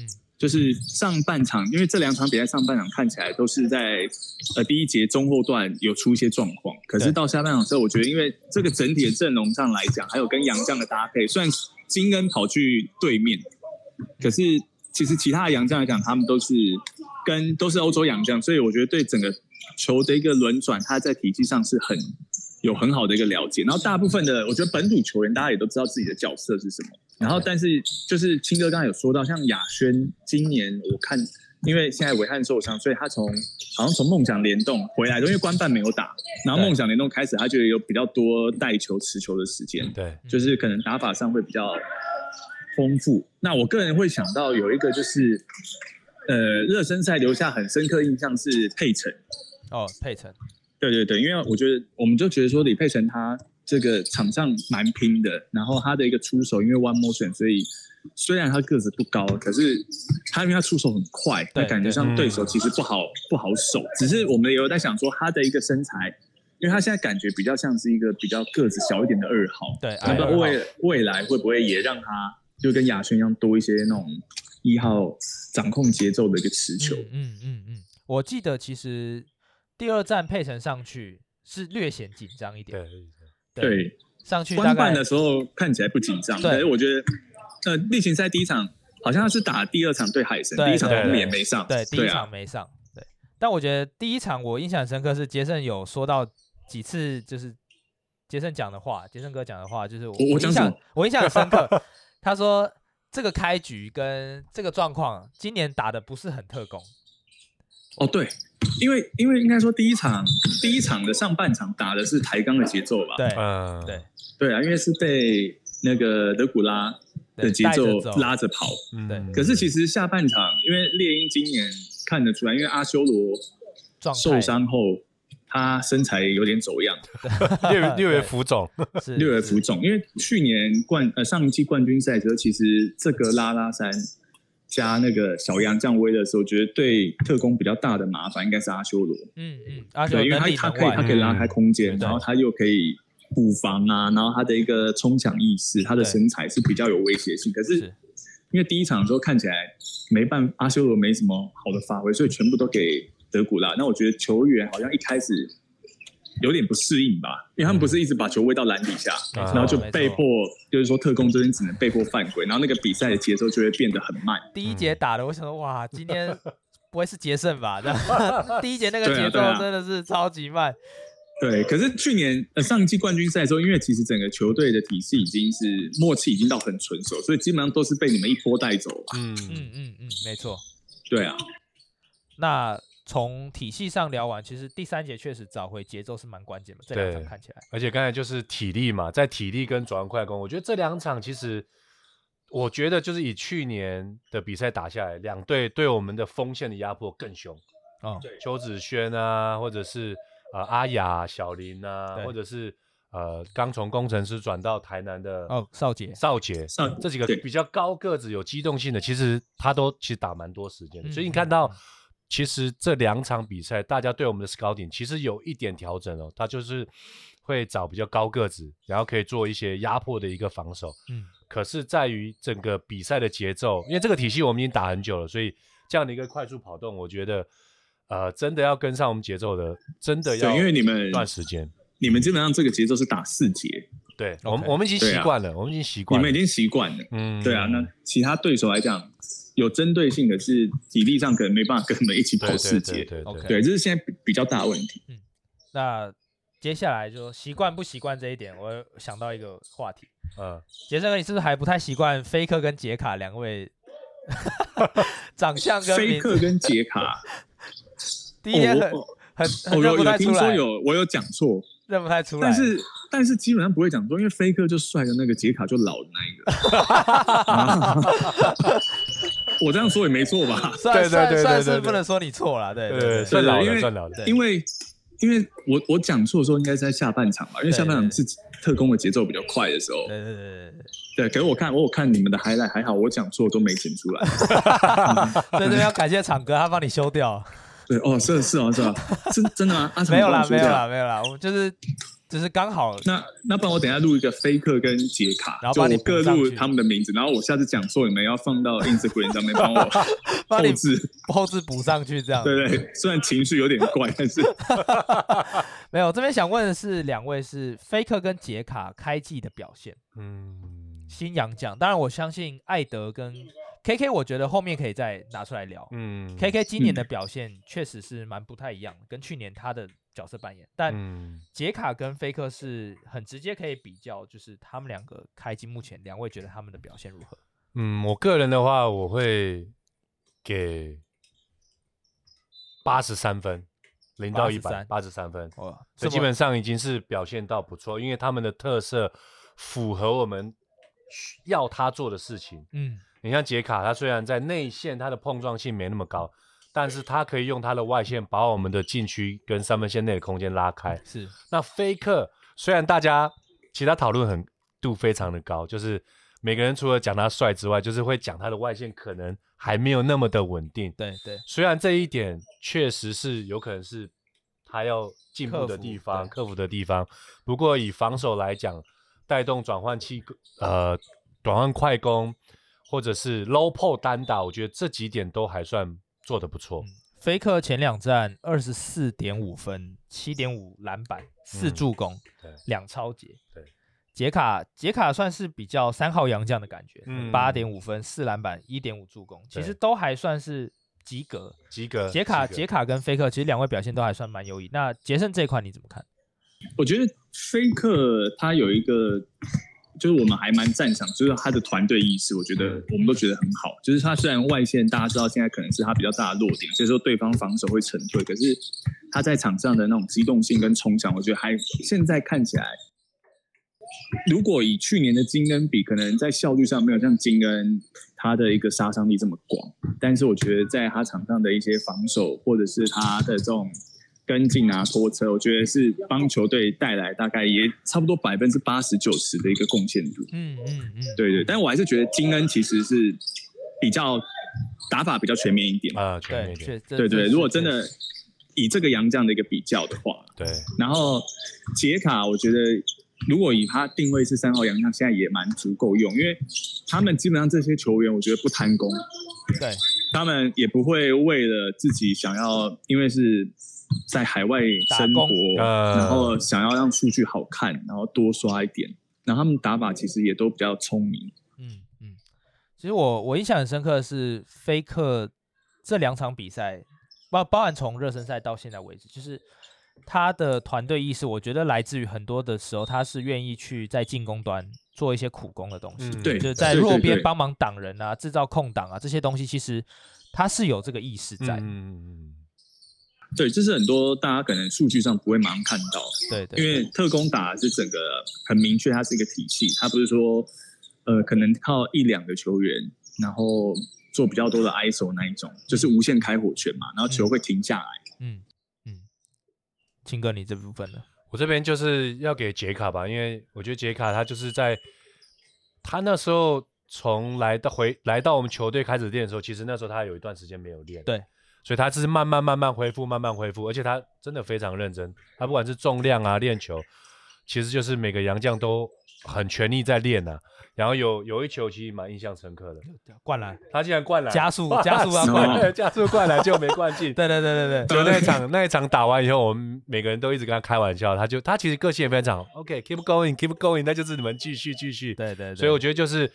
[SPEAKER 2] 嗯
[SPEAKER 4] 嗯，就是上半场，因为这两场比赛上半场看起来都是在呃第一节中后段有出一些状况，可是
[SPEAKER 2] 对
[SPEAKER 4] 到下半场之后，我觉得因为这个整体的阵容上来讲，还有跟杨将的搭配，虽然金恩跑去对面，可是其实其他的洋将来讲，他们都是跟都是欧洲洋将，所以我觉得对整个球的一个轮转，他在体系上是很有很好的一个了解。然后大部分的，我觉得本土球员大家也都知道自己的角色是什么。然后，但是就是青哥刚才有说到，像亚轩今年我看，因为现在伟汉受伤，所以他从好像从梦想联动回来的，因为官办没有打，然后
[SPEAKER 3] 对
[SPEAKER 4] 梦想联动开始，他就有比较多带球持球的时间。
[SPEAKER 3] 对，
[SPEAKER 2] 嗯
[SPEAKER 4] 就是可能打法上会比较丰富。那我个人会想到有一个就是，呃，热身赛留下很深刻印象是佩城。
[SPEAKER 2] 哦，佩城，
[SPEAKER 4] 对对对，因为我觉得我们就觉得说李佩城他这个场上蛮拼的，然后他的一个出手，因为 one motion，所以虽然他个子不高，可是他因为他出手很快，
[SPEAKER 2] 对
[SPEAKER 4] 那感觉上
[SPEAKER 3] 对
[SPEAKER 4] 对手其实不好不好守。只是我们也有在想说他的一个身材，因为他现在感觉比较像是一个比较个子小一点的二号，
[SPEAKER 2] 对，
[SPEAKER 4] 那
[SPEAKER 2] 哎
[SPEAKER 4] 不知道未未来会不会也让他就跟亚轩一样多一些那种一号掌控节奏的一个持球？
[SPEAKER 2] 嗯嗯嗯嗯，我记得其实第二站佩城上去是略显紧张一点，
[SPEAKER 3] 对。
[SPEAKER 4] 对，
[SPEAKER 2] 上去大
[SPEAKER 4] 官
[SPEAKER 2] 概
[SPEAKER 4] 办的时候看起来不紧张，
[SPEAKER 2] 对
[SPEAKER 4] 但是我觉得，呃，例行赛第一场好像是打第二场对海神，
[SPEAKER 2] 对
[SPEAKER 4] 第一场
[SPEAKER 2] 对
[SPEAKER 4] 他们
[SPEAKER 3] 对
[SPEAKER 4] 也没上，
[SPEAKER 2] 对，第一
[SPEAKER 4] 啊
[SPEAKER 2] 场，没上。对，但我觉得第一场我印象很深刻是杰森有说到几次，就是杰森讲的话，杰森哥讲的话，就是我
[SPEAKER 4] 我
[SPEAKER 2] 我
[SPEAKER 4] 讲
[SPEAKER 2] 印
[SPEAKER 4] 什么
[SPEAKER 2] 象我印象很深刻。 他说这个开局跟这个状况，今年打的不是很特工，
[SPEAKER 4] 哦，对，因为因为应该说第一场第一场的上半场打的是抬杠的节奏吧？
[SPEAKER 2] 对
[SPEAKER 3] 嗯，
[SPEAKER 2] 对
[SPEAKER 4] 对啊，因为是被那个德古拉的
[SPEAKER 2] 对，
[SPEAKER 4] 节
[SPEAKER 2] 带着
[SPEAKER 4] 奏
[SPEAKER 2] 走
[SPEAKER 4] 拉着跑。
[SPEAKER 3] 嗯
[SPEAKER 2] 对
[SPEAKER 4] 可是其实下半场，因为猎鹰今年看得出来，因为阿修罗
[SPEAKER 2] 状态
[SPEAKER 4] 受伤后，他身材有点走样，
[SPEAKER 3] 六月六月浮 肿，
[SPEAKER 2] 是
[SPEAKER 4] 略有
[SPEAKER 2] 是
[SPEAKER 4] 浮肿。因为去年冠呃上一季冠军赛的时候，其实这个拉拉山加那个小杨降威的时候，觉得对特工比较大的麻烦应该是阿修罗。
[SPEAKER 2] 嗯嗯，而且
[SPEAKER 4] 对，因为
[SPEAKER 2] 能
[SPEAKER 4] 他
[SPEAKER 2] 里
[SPEAKER 4] 他
[SPEAKER 2] 能
[SPEAKER 4] 可以他可
[SPEAKER 2] 外，
[SPEAKER 4] 以拉开空间，
[SPEAKER 2] 嗯
[SPEAKER 4] 然后他又可以补防啊，然后他的一个冲抢意识，他的
[SPEAKER 2] 对
[SPEAKER 4] 身材是比较有威胁性。可是
[SPEAKER 2] 是
[SPEAKER 4] 因为第一场的时候看起来没办法，阿修罗没什么好的发挥，所以全部都给德古拉。那我觉得球员好像一开始有点不适应吧，因为他们不是一直把球喂到篮底下，
[SPEAKER 2] 没
[SPEAKER 3] 啊
[SPEAKER 2] 错
[SPEAKER 4] 然后就
[SPEAKER 2] 嗯没
[SPEAKER 4] 被
[SPEAKER 2] 错
[SPEAKER 4] 迫就是说特工这边只能被迫犯规，然后那个比赛的节奏就会变得很慢。
[SPEAKER 2] 第一
[SPEAKER 4] 嗯
[SPEAKER 2] 节打的，我想说哇，今天不会是杰森 吧？ 这样第一节那个
[SPEAKER 4] 对
[SPEAKER 2] 节
[SPEAKER 4] 啊
[SPEAKER 2] 奏
[SPEAKER 4] 对啊
[SPEAKER 2] 真的是超级慢，
[SPEAKER 4] 对，可是去年呃上一季冠军赛的时候，因为其实整个球队的体系已经是默契已经到很纯熟，所以基本上都是被你们一波带走吧。
[SPEAKER 3] 嗯
[SPEAKER 2] 嗯嗯嗯，没错。
[SPEAKER 4] 对啊，
[SPEAKER 2] 那从体系上聊完，其实第三节确实找回节奏是蛮关键的，这两场
[SPEAKER 3] 对
[SPEAKER 2] 看起来，
[SPEAKER 3] 而且刚才就是体力嘛，在体力跟转换快攻，我觉得这两场其实，我觉得就是以去年的比赛打下来，两队对我们的锋线的压迫更凶。
[SPEAKER 2] 哦，
[SPEAKER 3] 邱子轩啊，或者是呃阿雅、小林啊，
[SPEAKER 2] 对
[SPEAKER 3] 或者是呃刚从工程师转到台南的
[SPEAKER 2] 哦，少杰
[SPEAKER 3] 少杰，
[SPEAKER 4] 少
[SPEAKER 3] 这几个
[SPEAKER 4] 对
[SPEAKER 3] 比较高个子、有机动性的，其实他都其实打蛮多时间的。
[SPEAKER 2] 嗯
[SPEAKER 3] 所以你
[SPEAKER 2] 嗯
[SPEAKER 3] 看到
[SPEAKER 2] 嗯，
[SPEAKER 3] 其实这两场比赛，大家对我们的 scouting 其实有一点调整哦，他就是会找比较高个子，然后可以做一些压迫的一个防守。
[SPEAKER 2] 嗯，
[SPEAKER 3] 可是在于整个比赛的节奏，因为这个体系我们已经打很久了，所以这样的一个快速跑动，我觉得。呃，真的要跟上我们节奏的，真的要
[SPEAKER 4] 对，因为你们
[SPEAKER 3] 一段时间，
[SPEAKER 4] 你们基本上这个节奏是打四节，
[SPEAKER 3] 对我们
[SPEAKER 2] OK
[SPEAKER 3] 我们已经
[SPEAKER 4] 对
[SPEAKER 3] 习
[SPEAKER 4] 啊
[SPEAKER 3] 惯了，我们已经习
[SPEAKER 4] 你
[SPEAKER 3] 惯了，
[SPEAKER 4] 们已经习惯了。
[SPEAKER 3] 嗯
[SPEAKER 4] 对啊，那其他对手来讲，有针对性的是体力上可能没办法跟你们一起
[SPEAKER 3] 对
[SPEAKER 4] 跑
[SPEAKER 3] 对
[SPEAKER 4] 四
[SPEAKER 3] 对
[SPEAKER 4] 节，
[SPEAKER 3] 对对
[SPEAKER 2] OK
[SPEAKER 4] 对，这是现在比比较大的问题。
[SPEAKER 2] 那接下来就习惯不习惯这一点，我想到一个话题，
[SPEAKER 3] 嗯，
[SPEAKER 2] 杰森哥，你是不是还不太习惯菲克跟杰卡两位 长相跟
[SPEAKER 4] 菲
[SPEAKER 2] 名
[SPEAKER 4] 克
[SPEAKER 2] 字？
[SPEAKER 4] 跟杰卡，
[SPEAKER 2] 第一天很
[SPEAKER 4] 哦
[SPEAKER 2] 很
[SPEAKER 4] 我
[SPEAKER 2] 很
[SPEAKER 4] 我
[SPEAKER 2] 认
[SPEAKER 4] 有
[SPEAKER 2] 不
[SPEAKER 4] 有
[SPEAKER 2] 太
[SPEAKER 4] 听
[SPEAKER 2] 出
[SPEAKER 4] 说
[SPEAKER 2] 来，
[SPEAKER 4] 有我有讲错，
[SPEAKER 2] 认不太出来。
[SPEAKER 4] 但是但是基本上不会讲说，因为菲克就帅的那个，杰卡就老的那一个。 我这样说也没错吧？
[SPEAKER 2] 算
[SPEAKER 3] 对对
[SPEAKER 2] 算
[SPEAKER 3] 对对
[SPEAKER 2] 算
[SPEAKER 3] 对
[SPEAKER 2] 是
[SPEAKER 3] 对
[SPEAKER 2] 不能说你错了，对
[SPEAKER 3] 对，
[SPEAKER 2] 对
[SPEAKER 3] 算老
[SPEAKER 4] 因
[SPEAKER 3] 了
[SPEAKER 4] 为
[SPEAKER 3] 算老了，
[SPEAKER 4] 因为因为我我讲错的时候应该是在下半场吧，因为
[SPEAKER 2] 对
[SPEAKER 4] 下半
[SPEAKER 2] 对
[SPEAKER 4] 场是特工的节奏比较快的时候。
[SPEAKER 2] 对对对对
[SPEAKER 4] 对，给我看我有看你们的 highlight，还好我讲错都没剪出来。
[SPEAKER 2] 对，这边要感谢厂哥，他帮你修 掉。
[SPEAKER 4] 对，哦，是是哦是哦，是真的吗？阿
[SPEAKER 2] 没有啦，没有啦，
[SPEAKER 4] 啦。
[SPEAKER 2] 没有啦，我们就是只是刚好
[SPEAKER 4] 那那不然我等一下录一个菲克跟杰卡，
[SPEAKER 2] 然后
[SPEAKER 4] 就
[SPEAKER 2] 帮你
[SPEAKER 4] 我各
[SPEAKER 2] 补上
[SPEAKER 4] 录
[SPEAKER 2] 去
[SPEAKER 4] 他们的名字，然后我下次讲错你们要放到 Instagram 上面帮我
[SPEAKER 2] 帮
[SPEAKER 4] 后
[SPEAKER 2] 你
[SPEAKER 4] 置。
[SPEAKER 2] 后置补上去这样。
[SPEAKER 4] 对对，虽然情绪有点怪，但是
[SPEAKER 2] 没有，这边想问的是，两位是菲克跟杰卡开季的表现，
[SPEAKER 3] 嗯
[SPEAKER 2] 新洋将。当然，我相信艾德跟 KK，我觉得后面可以再拿出来聊。
[SPEAKER 3] 嗯
[SPEAKER 2] KK 今年的
[SPEAKER 4] 嗯
[SPEAKER 2] 表现确实是蛮不太一样的，跟去年他的角色扮演，但
[SPEAKER 3] 嗯
[SPEAKER 2] 杰卡跟菲克是很直接可以比较，就是他们两个开机目前，两位觉得他们的表现如何？
[SPEAKER 3] 嗯，我个人的话，我会给八十三分，零到一百
[SPEAKER 2] 83
[SPEAKER 3] 八十三分，
[SPEAKER 2] 哦，
[SPEAKER 3] 这基本上已经是表现到不错，因为他们的特色符合我们需要他做的事情。
[SPEAKER 2] 嗯
[SPEAKER 3] 你像杰卡，他虽然在内线他的碰撞性没那么高，但是他可以用他的外线把我们的禁区跟三分线内的空间拉开。
[SPEAKER 2] 是
[SPEAKER 3] 那菲克虽然大家其他讨论很度非常的高，就是每个人除了讲他帅之外，就是会讲他的外线可能还没有那么的稳定。
[SPEAKER 2] 对对
[SPEAKER 3] 虽然这一点确实是有可能是他要进步的地方、
[SPEAKER 2] 克服对
[SPEAKER 3] 克服的地方，不过以防守来讲，带动转换器呃转换快攻或者是 low pull 单打，我觉得这几点都还算做得不错。
[SPEAKER 2] 嗯菲克前两站二十四点五分，七点五篮板，四
[SPEAKER 3] 嗯
[SPEAKER 2] 助攻，
[SPEAKER 3] 对
[SPEAKER 2] 两超节。
[SPEAKER 3] 对，
[SPEAKER 2] 杰卡杰卡算是比较三号洋将的感觉
[SPEAKER 3] 嗯，
[SPEAKER 2] 八点五分，四篮板，一点五助攻，其
[SPEAKER 3] 对
[SPEAKER 2] 实都还算是及格。
[SPEAKER 3] 及格，
[SPEAKER 2] 杰卡
[SPEAKER 3] 及格
[SPEAKER 2] 杰卡跟菲克其实两位表现都还算蛮优异。那杰森这一块你怎么看？
[SPEAKER 4] 我觉得 Faker 他有一个，就是我们还蛮赞赏，就是他的团队意识，我觉得我们都觉得很好。就是他虽然外线大家知道现在可能是他比较大的弱点，所以说对方防守会沉退，可是他在场上的那种机动性跟冲抢，我觉得还现在看起来，如果以去年的金恩比，可能在效率上没有像金恩他的一个杀伤力这么广，但是我觉得在他场上的一些防守或者是他的这种跟进啊、拖车，我觉得是帮球队带来大概也差不多百分之八十九十的一个贡献度。
[SPEAKER 2] 嗯嗯嗯，
[SPEAKER 4] 对对，但我还是觉得金恩其实是比较打法比较全面一点。
[SPEAKER 3] 啊，全面
[SPEAKER 2] 对，
[SPEAKER 3] 一点，
[SPEAKER 2] 确这
[SPEAKER 4] 对
[SPEAKER 2] 这
[SPEAKER 4] 对，
[SPEAKER 2] 是
[SPEAKER 4] 如果
[SPEAKER 2] 确
[SPEAKER 4] 真的
[SPEAKER 2] 实
[SPEAKER 4] 以这个杨这样的一个比较的话，
[SPEAKER 3] 对，
[SPEAKER 4] 然后杰卡，我觉得如果以他定位是三号洋将，现在也蛮足够用，因为他们基本上这些球员，我觉得不贪功，
[SPEAKER 2] 对
[SPEAKER 4] 他们也不会为了自己想要，因为是在海外生
[SPEAKER 2] 打
[SPEAKER 4] 活
[SPEAKER 2] 工，
[SPEAKER 3] 呃
[SPEAKER 4] 然后想要让数据好看，然后多刷一点，然后他们打法其实也都比较聪明。
[SPEAKER 2] 嗯，嗯，其实我我印象很深刻的是菲克这两场比赛，包包含从热身赛到现在为止，就是他的团队意识，我觉得来自于很多的时候，他是愿意去在进攻端做一些苦工的东西，
[SPEAKER 3] 嗯
[SPEAKER 4] 对
[SPEAKER 2] 就是在
[SPEAKER 4] 对对
[SPEAKER 2] 弱边
[SPEAKER 4] 对
[SPEAKER 2] 帮忙挡人啊，制造空档啊这些东西，其实他是有这个意识在，
[SPEAKER 3] 嗯，
[SPEAKER 4] 对，这是很多大家可能数据上不会马上看到，
[SPEAKER 2] 对对
[SPEAKER 4] 因为特工打是整个很明确，它是一个体系，它不是说呃可能靠一两个球员，然后做比较多的 ISO 那一种，就是无限开火权嘛，然后球会停下来。
[SPEAKER 2] 嗯嗯，青哥你这部分呢？
[SPEAKER 3] 我这边就是要给杰卡吧，因为我觉得杰卡他就是在他那时候从来到回来到我们球队开始练的时候，其实那时候他有一段时间没有练，
[SPEAKER 2] 对，
[SPEAKER 3] 所以他是慢慢慢慢恢复，慢慢恢复，而且他真的非常认真，他不管是重量啊练球，其实就是每个洋将都很全力在练啊。然后有有一球其实蛮印象深刻的，
[SPEAKER 2] 灌篮，
[SPEAKER 3] 他竟然灌篮
[SPEAKER 2] 加 速加速啊
[SPEAKER 4] 灌
[SPEAKER 3] 对
[SPEAKER 4] 篮
[SPEAKER 3] 加速灌篮就没灌进，
[SPEAKER 2] 对对对对对，
[SPEAKER 3] 就 那一场那一场打完以后，我们每个人都一直跟他开玩笑，他就他其实个性也非常好 OK，keep、going，keep going，那就是你们继续继续。
[SPEAKER 2] 对对对，
[SPEAKER 3] 所以我觉得就是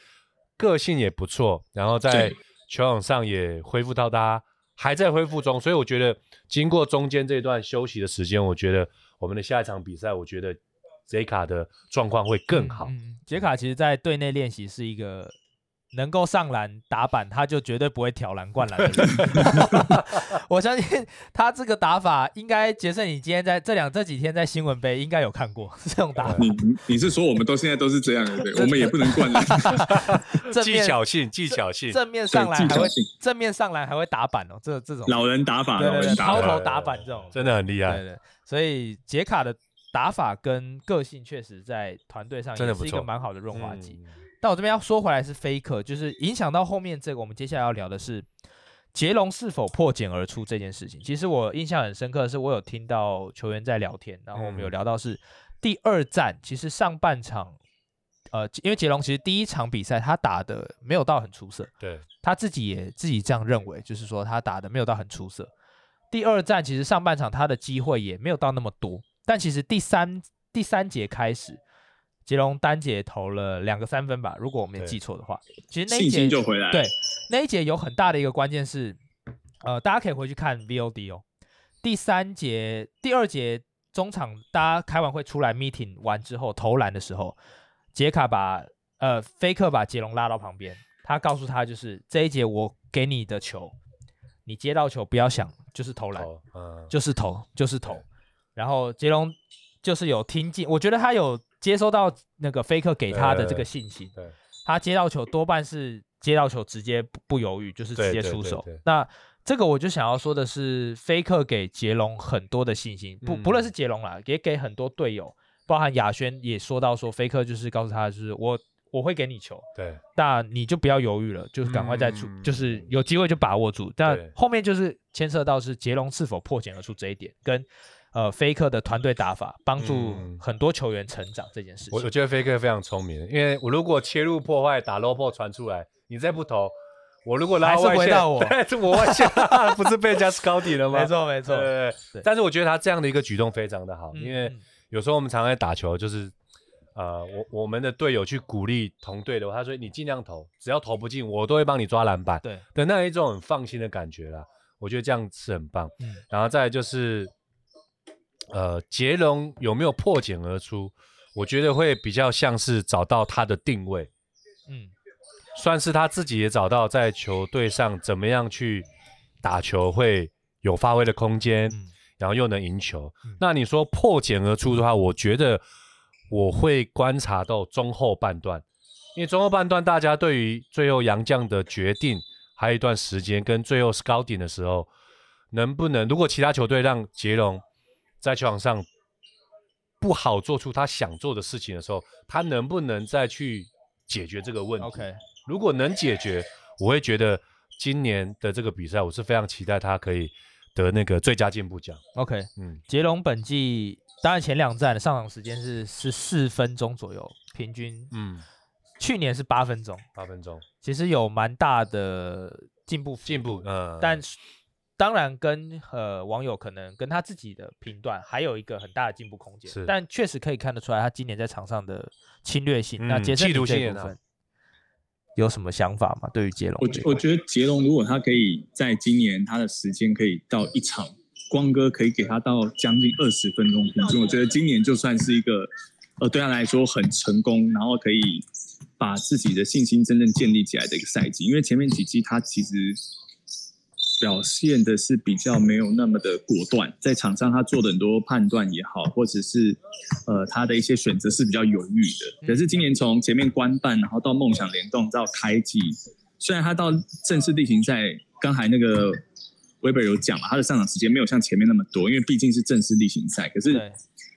[SPEAKER 3] 个性也不错，然后在
[SPEAKER 4] 对
[SPEAKER 3] 球场上也恢复到大家还在恢复中，所以我觉得经过中间这段休息的时间，我觉得我们的下一场比赛，我觉得 Zeka 的状况会更好。
[SPEAKER 2] 嗯嗯杰卡其实，在队内练习是一个能够上篮打板，他就绝对不会挑篮灌篮的 人。 我相信他这个打法，应该杰森，你今天在这两这几天在新闻杯应该有看过 这种打法，
[SPEAKER 4] 你你你是说我们都现在都是这样，对不对？ 我们也不能灌篮，
[SPEAKER 2] 正
[SPEAKER 3] 技
[SPEAKER 2] 面
[SPEAKER 3] 巧性，技巧性，
[SPEAKER 2] 正面上篮
[SPEAKER 4] 技
[SPEAKER 2] 还会
[SPEAKER 4] 巧性
[SPEAKER 2] 正面上篮还会打板哦，这这种
[SPEAKER 4] 老人打法，
[SPEAKER 2] 对
[SPEAKER 4] 老
[SPEAKER 2] 对对
[SPEAKER 4] 人打
[SPEAKER 2] 抛
[SPEAKER 4] 法。
[SPEAKER 2] 投打板这种，
[SPEAKER 3] 真的很厉
[SPEAKER 2] 对
[SPEAKER 3] 害。
[SPEAKER 2] 对，所以杰卡的打法跟个性确实在团队上
[SPEAKER 3] 真
[SPEAKER 2] 也
[SPEAKER 3] 的不
[SPEAKER 2] 是一个
[SPEAKER 3] 错
[SPEAKER 2] 蛮好的润滑
[SPEAKER 3] 嗯
[SPEAKER 2] 剂。但我这边要说回来是 Faker，就是影响到后面这个，我们接下来要聊的是杰龙是否破茧而出这件事情。其实我印象很深刻的是，我有听到球员在聊天，然后我们有
[SPEAKER 3] 嗯
[SPEAKER 2] 聊到是第二战，其实上半场，呃，因为杰龙其实第一场比赛他打的没有到很出色，
[SPEAKER 3] 对，
[SPEAKER 2] 他自己也自己这样认为，就是说他打的没有到很出色。第二战其实上半场他的机会也没有到那么多，但其实第三第三节开始，杰龙单节投了两个三分吧，如果我没
[SPEAKER 3] 对
[SPEAKER 2] 记错的话，其实那一
[SPEAKER 4] 信
[SPEAKER 2] 节
[SPEAKER 4] 心就回来了。
[SPEAKER 2] 对那一节有很大的一个关键是，呃，大家可以回去看 VOD 哦。第三节、第二节中场，大家开完会出来 meeting 完之后投篮的时候，杰卡把呃菲克把杰龙拉到旁边，他告诉他就是这一节我给你的球，你接到球不要想，就是投篮。
[SPEAKER 3] 好，嗯，
[SPEAKER 2] 就是投，就是投。然后杰龙就是有听进，我觉得他有接收到那个菲克给他的这个信心。
[SPEAKER 3] 对对
[SPEAKER 2] 他接到球多半是接到球直接不不犹豫，就是直接
[SPEAKER 3] 对对
[SPEAKER 2] 出手。
[SPEAKER 3] 对对
[SPEAKER 2] 那这个我就想要说的是，菲克给杰龙很多的信心，不
[SPEAKER 3] 嗯
[SPEAKER 2] 不论是杰龙啦，也给很多队友，包含亚轩也说到说，菲克就是告诉他，就是我我会给你球，
[SPEAKER 3] 对，
[SPEAKER 2] 那你就不要犹豫了，就是赶快再出，
[SPEAKER 3] 嗯
[SPEAKER 2] 就是有机会就把握住。但
[SPEAKER 3] 对
[SPEAKER 2] 后面就是牵涉到是杰龙是否破茧而出这一点，跟呃菲克的团队打法帮助
[SPEAKER 3] 嗯
[SPEAKER 2] 很多球员成长这件事
[SPEAKER 3] 我我
[SPEAKER 2] 情。
[SPEAKER 3] 觉得飞哥非常聪明，因为我如果切入破坏打 low 破传出来，你再不投，我如果拉
[SPEAKER 2] 还是
[SPEAKER 3] 外
[SPEAKER 2] 回
[SPEAKER 3] 线，
[SPEAKER 2] 到我
[SPEAKER 3] 对，是我外 线不是被人家 scouting 了吗？
[SPEAKER 2] 没，错，没错
[SPEAKER 3] 对，对
[SPEAKER 2] 对
[SPEAKER 3] 对。但是我觉得他这样的一个举动非常的好，
[SPEAKER 2] 嗯
[SPEAKER 3] 呃因为
[SPEAKER 2] 嗯
[SPEAKER 3] 有时候我们常在打球，就是呃，我我们的队友去鼓励同队的话，他说你尽量投，只要投不进，我都会帮你抓篮板
[SPEAKER 2] 对，
[SPEAKER 3] 的那一种很放心的感觉啦。我觉得这样是很棒。
[SPEAKER 2] 嗯
[SPEAKER 3] 然后再来就是，呃杰龙有没有破茧而出，我觉得会比较像是找到他的定位，
[SPEAKER 2] 嗯，
[SPEAKER 3] 算是他自己也找到在球队上怎么样去打球会有发挥的空间，
[SPEAKER 2] 嗯
[SPEAKER 3] 然后又能赢球。
[SPEAKER 2] 嗯
[SPEAKER 3] 那你说破茧而出的话，我觉得我会观察到中后半段，因为中后半段大家对于最后杨将的决定还有一段时间，跟最后 scouting 的时候，能不能如果其他球队让杰龙在球场上不好做出他想做的事情的时候，他能不能再去解决这个问题
[SPEAKER 2] OK，
[SPEAKER 3] 如果能解决，我会觉得今年的这个比赛，我是非常期待他可以得那个最佳进步奖。
[SPEAKER 2] OK，
[SPEAKER 3] 嗯，
[SPEAKER 2] 杰龙本季当然前两站的上场时间是十四分钟左右，平均，
[SPEAKER 3] 嗯，
[SPEAKER 2] 去年是八分钟，
[SPEAKER 3] 八分钟
[SPEAKER 2] 其实有蛮大的进步幅
[SPEAKER 3] 进步
[SPEAKER 2] 度，
[SPEAKER 3] 嗯，
[SPEAKER 2] 但是当然跟呃网友可能跟他自己的评断还有一个很大的进步空间
[SPEAKER 3] 是，
[SPEAKER 2] 但确实可以看得出来他今年在场上的侵略性。那
[SPEAKER 3] 嗯
[SPEAKER 2] 杰森
[SPEAKER 3] 企
[SPEAKER 2] 你
[SPEAKER 3] 图
[SPEAKER 2] 这
[SPEAKER 3] 性
[SPEAKER 2] 一
[SPEAKER 3] 也
[SPEAKER 2] 部
[SPEAKER 3] 大
[SPEAKER 2] 分有什么想法吗？对于杰龙
[SPEAKER 4] 我
[SPEAKER 2] 这一
[SPEAKER 4] 觉
[SPEAKER 2] 块，
[SPEAKER 4] 我觉得杰龙如果他可以在今年他的时间可以到一场，光哥可以给他到将近二十分钟平均，我觉得今年就算是一个呃对他来说很成功，然后可以把自己的信心真正建立起来的一个赛季。因为前面几季他其实表现的是比较没有那么的果断，在场上他做的很多判断也好，或者是呃他的一些选择是比较犹豫的。可是今年从前面官办，然后到梦想联动，到开季，虽然他到正式例行赛，刚才那个威贝有讲嘛，他的上场时间没有像前面那么多，因为毕竟是正式例行赛，可是
[SPEAKER 2] 对，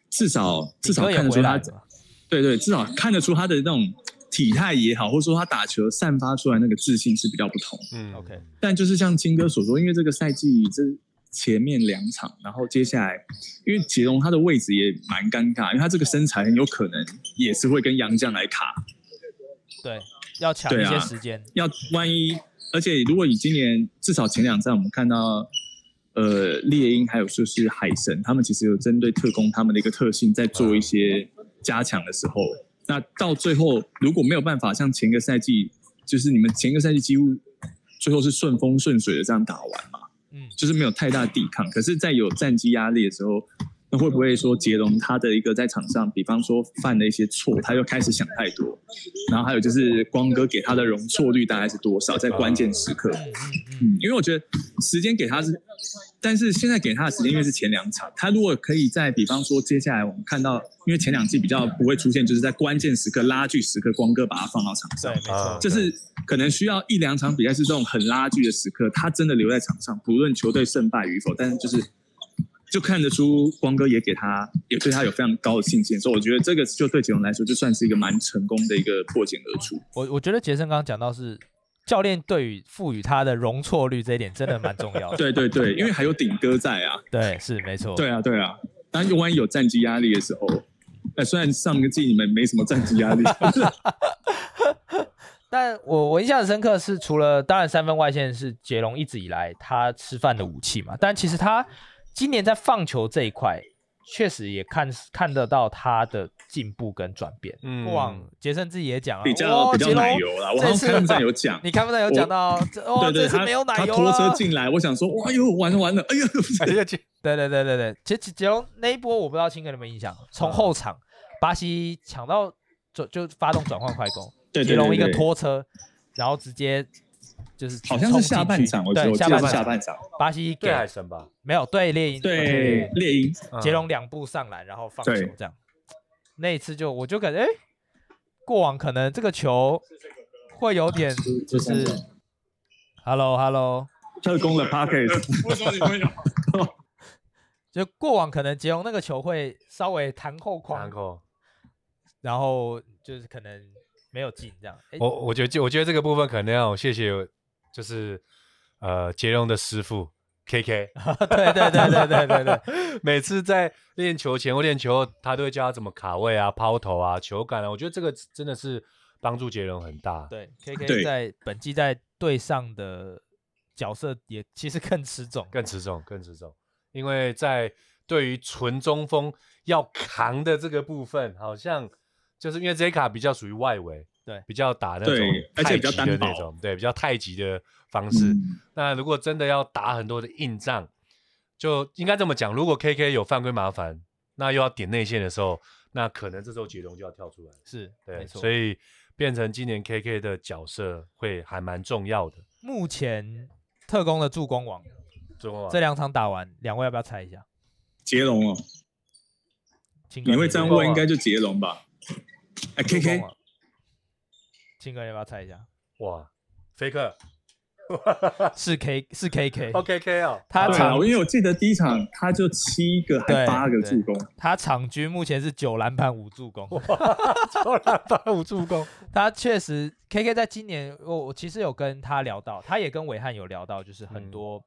[SPEAKER 4] 至少至
[SPEAKER 2] 比
[SPEAKER 4] 少
[SPEAKER 2] 哥也
[SPEAKER 4] 看得出
[SPEAKER 2] 回来
[SPEAKER 4] 他
[SPEAKER 2] 了嘛
[SPEAKER 4] 对对，至少看得出他的那种体态也好，或者说他打球散发出来那个自信是比较不同。
[SPEAKER 3] 嗯
[SPEAKER 2] OK
[SPEAKER 4] 但就是像金哥所说，因为这个赛季这前面两场，然后接下来，因为杰龙他的位置也蛮尴尬，因为他这个身材很有可能也是会跟杨绛来卡，
[SPEAKER 2] 对，要抢
[SPEAKER 4] 对
[SPEAKER 2] 一些
[SPEAKER 4] 啊
[SPEAKER 2] 时间，
[SPEAKER 4] 要万一，而且如果以今年至少前两站我们看到，呃，猎鹰还有就是海神，他们其实有针对特工他们的一个特性在做一些加强的时候，那到最后如果没有办法像前个赛季，就是你们前个赛季几乎最后是顺风顺水的这样打完嘛，
[SPEAKER 2] 嗯
[SPEAKER 4] 就是没有太大抵抗，可是，在有战绩压力的时候。那会不会说杰龙他的一个在场上，比方说犯的一些错，他又开始想太多，然后还有就是光哥给他的容错率大概是多少，在关键时刻。
[SPEAKER 2] 嗯嗯
[SPEAKER 4] 嗯，因为我觉得时间给他是，但是现在给他的时间因为是前两场，他如果可以在比方说接下来我们看到，因为前两季比较不会出现，就是在关键时刻拉锯时刻，光哥把他放到场
[SPEAKER 2] 对，
[SPEAKER 4] 上
[SPEAKER 2] 没，错
[SPEAKER 3] 啊，
[SPEAKER 4] 嗯就是可能需要一两场比赛是这种很拉锯的时刻，他真的留在场上，不论球队胜败与否，但是就是就看得出光哥也给他也对他有非常高的信心，所以我觉得这个就对杰龙来说就算是一个蛮成功的一个破茧而出。
[SPEAKER 2] 我我觉得杰森刚刚讲到是教练对于赋予他的容错率这一点真的蛮重要的。
[SPEAKER 4] 对对对，因为还有顶哥在啊，
[SPEAKER 2] 对，是没错。
[SPEAKER 4] 对啊对啊，当万一有战绩压力的时候。呃，虽然上个季你们没什么战绩压力，
[SPEAKER 2] 但我我印象很深刻是，除了当然三分外线是杰龙一直以来他吃饭的武器嘛，但其实他今年在放球这一块，确实也看看得到他的进步跟转变。
[SPEAKER 3] 嗯
[SPEAKER 2] 过往杰森自己也讲了，
[SPEAKER 4] 比较
[SPEAKER 2] 哦
[SPEAKER 4] 比较
[SPEAKER 2] 杰龙
[SPEAKER 4] 奶油啦。我
[SPEAKER 2] 这
[SPEAKER 4] 好像
[SPEAKER 2] 次
[SPEAKER 4] 看他们上有讲，
[SPEAKER 2] 你看不到有讲到，这哦，
[SPEAKER 4] 对
[SPEAKER 2] 这
[SPEAKER 4] 对，
[SPEAKER 2] 次
[SPEAKER 4] 他
[SPEAKER 2] 没有奶
[SPEAKER 4] 他
[SPEAKER 2] 油
[SPEAKER 4] 拖车
[SPEAKER 2] 了
[SPEAKER 4] 进来，我想说，哇哟，完了完了，哎呦，
[SPEAKER 3] 哎 呀，这
[SPEAKER 2] 对对对对对，其实杰龙那一波我不知道青哥有没有印象，
[SPEAKER 4] 嗯
[SPEAKER 2] 从后场巴西抢到就就发动转换快攻，
[SPEAKER 4] 对对
[SPEAKER 2] 杰龙一个
[SPEAKER 4] 对对
[SPEAKER 2] 拖车，然后直接就是
[SPEAKER 4] 好像是下半场，我
[SPEAKER 2] 冲
[SPEAKER 4] 觉
[SPEAKER 2] 进
[SPEAKER 4] 得我
[SPEAKER 2] 去
[SPEAKER 4] 记
[SPEAKER 2] 对
[SPEAKER 4] 得
[SPEAKER 2] 下
[SPEAKER 4] 是
[SPEAKER 2] 半
[SPEAKER 4] 下半场，
[SPEAKER 2] 巴西给
[SPEAKER 3] 对海神吧？
[SPEAKER 2] 没有对猎鹰
[SPEAKER 4] 对猎鹰，
[SPEAKER 3] 嗯
[SPEAKER 2] 杰龙两步上篮然后放球
[SPEAKER 4] 对
[SPEAKER 2] 这样，那一次就我就感觉哎，过往可能这个球会有点就
[SPEAKER 4] 这三
[SPEAKER 2] 是
[SPEAKER 4] 种
[SPEAKER 2] hello hello。
[SPEAKER 4] 特工的 Pockets，
[SPEAKER 5] 为什么你们有？
[SPEAKER 2] 就过往可能杰龙那个球会稍微弹后框
[SPEAKER 3] 然，后
[SPEAKER 2] 然后就是可能没有进这样。诶
[SPEAKER 3] 我我觉得我觉得这个部分可能要谢谢就是呃杰龙的师傅 KK，
[SPEAKER 2] 对对对对对对对，
[SPEAKER 3] 每次在练球前或练球后，他都会教他怎么卡位啊、抛投啊、球感啊。我觉得这个真的是帮助杰龙很大。
[SPEAKER 2] 对，K K
[SPEAKER 4] 对
[SPEAKER 2] 在本季在队上的角色也其实更吃重，
[SPEAKER 3] 更持重，更持重，因为在对于纯中锋要扛的这个部分，好像就是因为 Z 卡比较属于外围，
[SPEAKER 2] 对
[SPEAKER 3] 比较打那种
[SPEAKER 4] 对而
[SPEAKER 3] 太
[SPEAKER 4] 且比较
[SPEAKER 3] 极的
[SPEAKER 4] 单
[SPEAKER 3] 那
[SPEAKER 4] 薄嗯
[SPEAKER 3] 种，对，比较太极的方式。那如果真的要打很多的硬仗，就应该这么讲，如果 KK 有犯规麻烦，那又要点内线的时候，那可能这时候杰龙就要跳出来。
[SPEAKER 2] 是没
[SPEAKER 3] 对，
[SPEAKER 2] 错。
[SPEAKER 3] 所以变成今年 KK 的角色会还蛮重要的。
[SPEAKER 2] 目前特工的助攻王
[SPEAKER 3] 中华
[SPEAKER 2] 这两场打完，两位要不要猜一下？
[SPEAKER 4] 杰龙哦，
[SPEAKER 2] 青哥
[SPEAKER 4] 你会这样问，应该就杰龙吧？哎
[SPEAKER 2] 助攻
[SPEAKER 4] ，KK，
[SPEAKER 2] 王青哥要不要猜一下？
[SPEAKER 3] 哇，飞克
[SPEAKER 2] 是 K 是 KK，
[SPEAKER 3] OKK 啊，
[SPEAKER 2] 他
[SPEAKER 4] 对
[SPEAKER 2] 常
[SPEAKER 4] 啊，因为我记得第一场他就七个还
[SPEAKER 2] 对
[SPEAKER 4] 八个
[SPEAKER 2] 对
[SPEAKER 4] 助攻，
[SPEAKER 2] 他场均目前是九篮板五助攻，
[SPEAKER 3] 超篮板五助攻，
[SPEAKER 2] 他确实 KK 在今年，我我其实有跟他聊到，他也跟伟汉有聊到，就是很
[SPEAKER 3] 嗯
[SPEAKER 2] 多、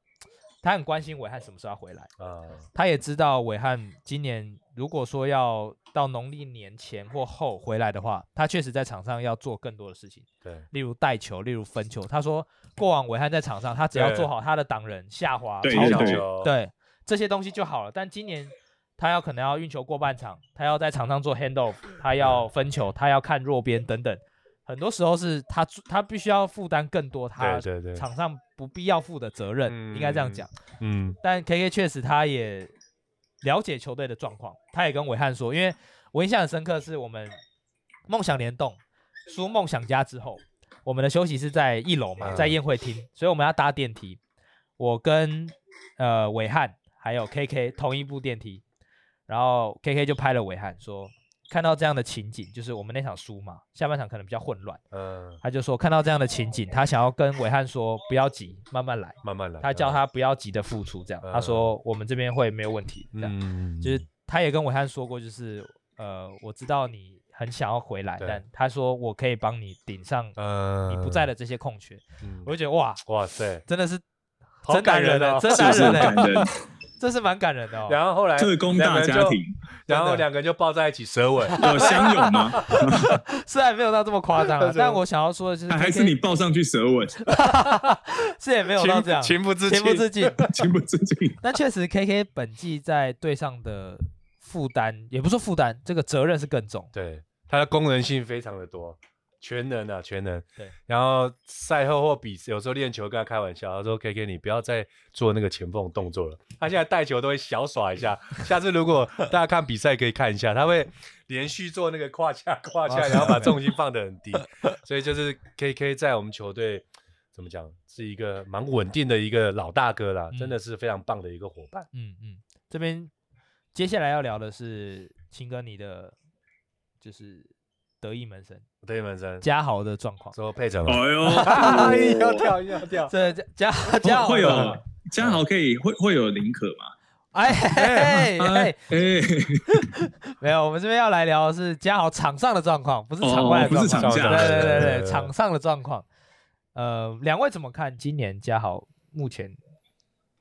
[SPEAKER 2] 他很关心伟汉什么时候要回来，
[SPEAKER 3] 啊，
[SPEAKER 2] 他也知道伟汉今年如果说要到农历年前或后回来的话，他确实在场上要做更多的事情，
[SPEAKER 3] 对，
[SPEAKER 2] 例如带球，例如分球。他说过往伟汉在场上，他只要
[SPEAKER 3] 对
[SPEAKER 2] 做好他的挡人、下滑、
[SPEAKER 4] 对
[SPEAKER 2] 超
[SPEAKER 4] 对
[SPEAKER 2] 球，
[SPEAKER 4] 对
[SPEAKER 3] 球，
[SPEAKER 2] 对这些东西就好了。但今年他要可能要运球过半场，他要在场上做 hand off，他要分球，他要看弱边等等，很多时候是他他必须要负担更多他
[SPEAKER 3] 对对对，
[SPEAKER 2] 场上不必要负的责任，应该这样讲。
[SPEAKER 3] 嗯，
[SPEAKER 2] 但 KK 确实他也了解球队的状况，他也跟伟汉说，因为我印象很深刻是我们梦想联动输梦想家之后，我们的休息是在一楼嘛，
[SPEAKER 3] 嗯
[SPEAKER 2] 在宴会厅，所以我们要搭电梯。我跟呃伟汉还有 KK 同一部电梯，然后 KK 就拍了伟汉说，看到这样的情景，就是我们那场输嘛，下半场可能比较混乱，
[SPEAKER 3] 嗯，
[SPEAKER 2] 他就说看到这样的情景，他想要跟伟汉说不要急，慢慢来。
[SPEAKER 3] 慢慢来，
[SPEAKER 2] 他叫他不要急着付出，这样、
[SPEAKER 3] 嗯
[SPEAKER 2] 他说我们这边会没有问题，这样、
[SPEAKER 3] 嗯，嗯，
[SPEAKER 2] 就是他也跟伟汉说过，就是呃我知道你很想要回来，
[SPEAKER 3] 对
[SPEAKER 2] 但他说我可以帮你顶上
[SPEAKER 3] 嗯，
[SPEAKER 2] 你不在的这些空缺，
[SPEAKER 3] 嗯，
[SPEAKER 2] 我就觉得哇，
[SPEAKER 3] 哇塞，
[SPEAKER 2] 真的是
[SPEAKER 3] 好
[SPEAKER 2] 真男
[SPEAKER 3] 感
[SPEAKER 2] 人
[SPEAKER 3] 人啊
[SPEAKER 2] 的，
[SPEAKER 3] 哦
[SPEAKER 2] 真
[SPEAKER 4] 是不
[SPEAKER 2] 男
[SPEAKER 4] 是很
[SPEAKER 2] 人
[SPEAKER 4] 感
[SPEAKER 2] 的，
[SPEAKER 4] 人？
[SPEAKER 2] 这是蛮感人的哦。
[SPEAKER 3] 然后后来
[SPEAKER 4] 特工大家庭，
[SPEAKER 2] 真
[SPEAKER 3] 然后
[SPEAKER 2] 的
[SPEAKER 3] 两个人就抱在一起舌吻，，
[SPEAKER 4] 有相拥吗？
[SPEAKER 2] 虽然没有到这么夸张啊 但我想要说的
[SPEAKER 3] 啊
[SPEAKER 2] 就是，
[SPEAKER 4] 还是你抱上去舌吻，
[SPEAKER 2] 是 也没有到这样，
[SPEAKER 3] 情不自禁，
[SPEAKER 2] 情不自禁。
[SPEAKER 4] 情不自禁。
[SPEAKER 2] 但确实，KK 本季在队上的负担，也不是说负担，这个责任是更重。
[SPEAKER 3] 对，它的功能性非常的多，全能啊，全能。
[SPEAKER 2] 对，
[SPEAKER 3] 然后赛后或比有时候练球跟他开玩笑，他说：“K K，你不要再做那个前锋动作了。”他现在带球都会小耍一下，下次如果大家看比赛可以看一下，他会连续做那个胯下胯下，然后把重心放得很低。所以就是 K K 在我们球队。怎么讲？是一个蛮稳定的一个老大哥啦，
[SPEAKER 2] 嗯
[SPEAKER 3] 真的是非常棒的一个伙伴。
[SPEAKER 2] 嗯，嗯，这边接下来要聊的是青哥你的就是得意门神
[SPEAKER 3] 对，门生，
[SPEAKER 2] 嘉豪的状况
[SPEAKER 3] 之。后配成
[SPEAKER 4] 哎
[SPEAKER 3] 吗？ 哎
[SPEAKER 4] 呦，
[SPEAKER 3] 要跳要跳，
[SPEAKER 2] 这嘉嘉嘉豪
[SPEAKER 4] 哦会
[SPEAKER 2] 的
[SPEAKER 4] 有嘉豪可以会会有林可吗？
[SPEAKER 2] 哎嘿嘿
[SPEAKER 4] 哎
[SPEAKER 2] 嘿，
[SPEAKER 4] 哎，
[SPEAKER 2] 没有，我们这边要来聊的是嘉豪场上的状况，不是场外
[SPEAKER 4] 哦
[SPEAKER 2] 的，
[SPEAKER 4] 不是
[SPEAKER 2] 状
[SPEAKER 4] 场
[SPEAKER 2] 况。
[SPEAKER 4] 下
[SPEAKER 2] 对对对对
[SPEAKER 3] 对对对
[SPEAKER 2] 场上的状况。呃，两位怎么看今年嘉豪目前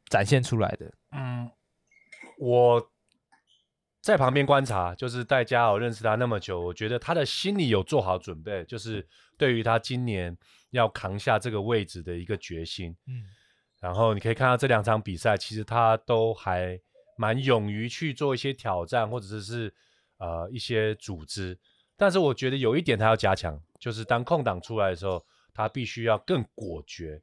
[SPEAKER 2] 展现出来的？
[SPEAKER 3] 嗯，我在旁边观察，就是戴嘉豪认识他那么久，我觉得他的心里有做好准备，就是对于他今年要扛下这个位置的一个决心。
[SPEAKER 2] 嗯
[SPEAKER 3] 然后你可以看到这两场比赛，其实他都还蛮勇于去做一些挑战，或者是是呃一些组织。但是我觉得有一点他要加强，就是当空档出来的时候，他必须要更果决。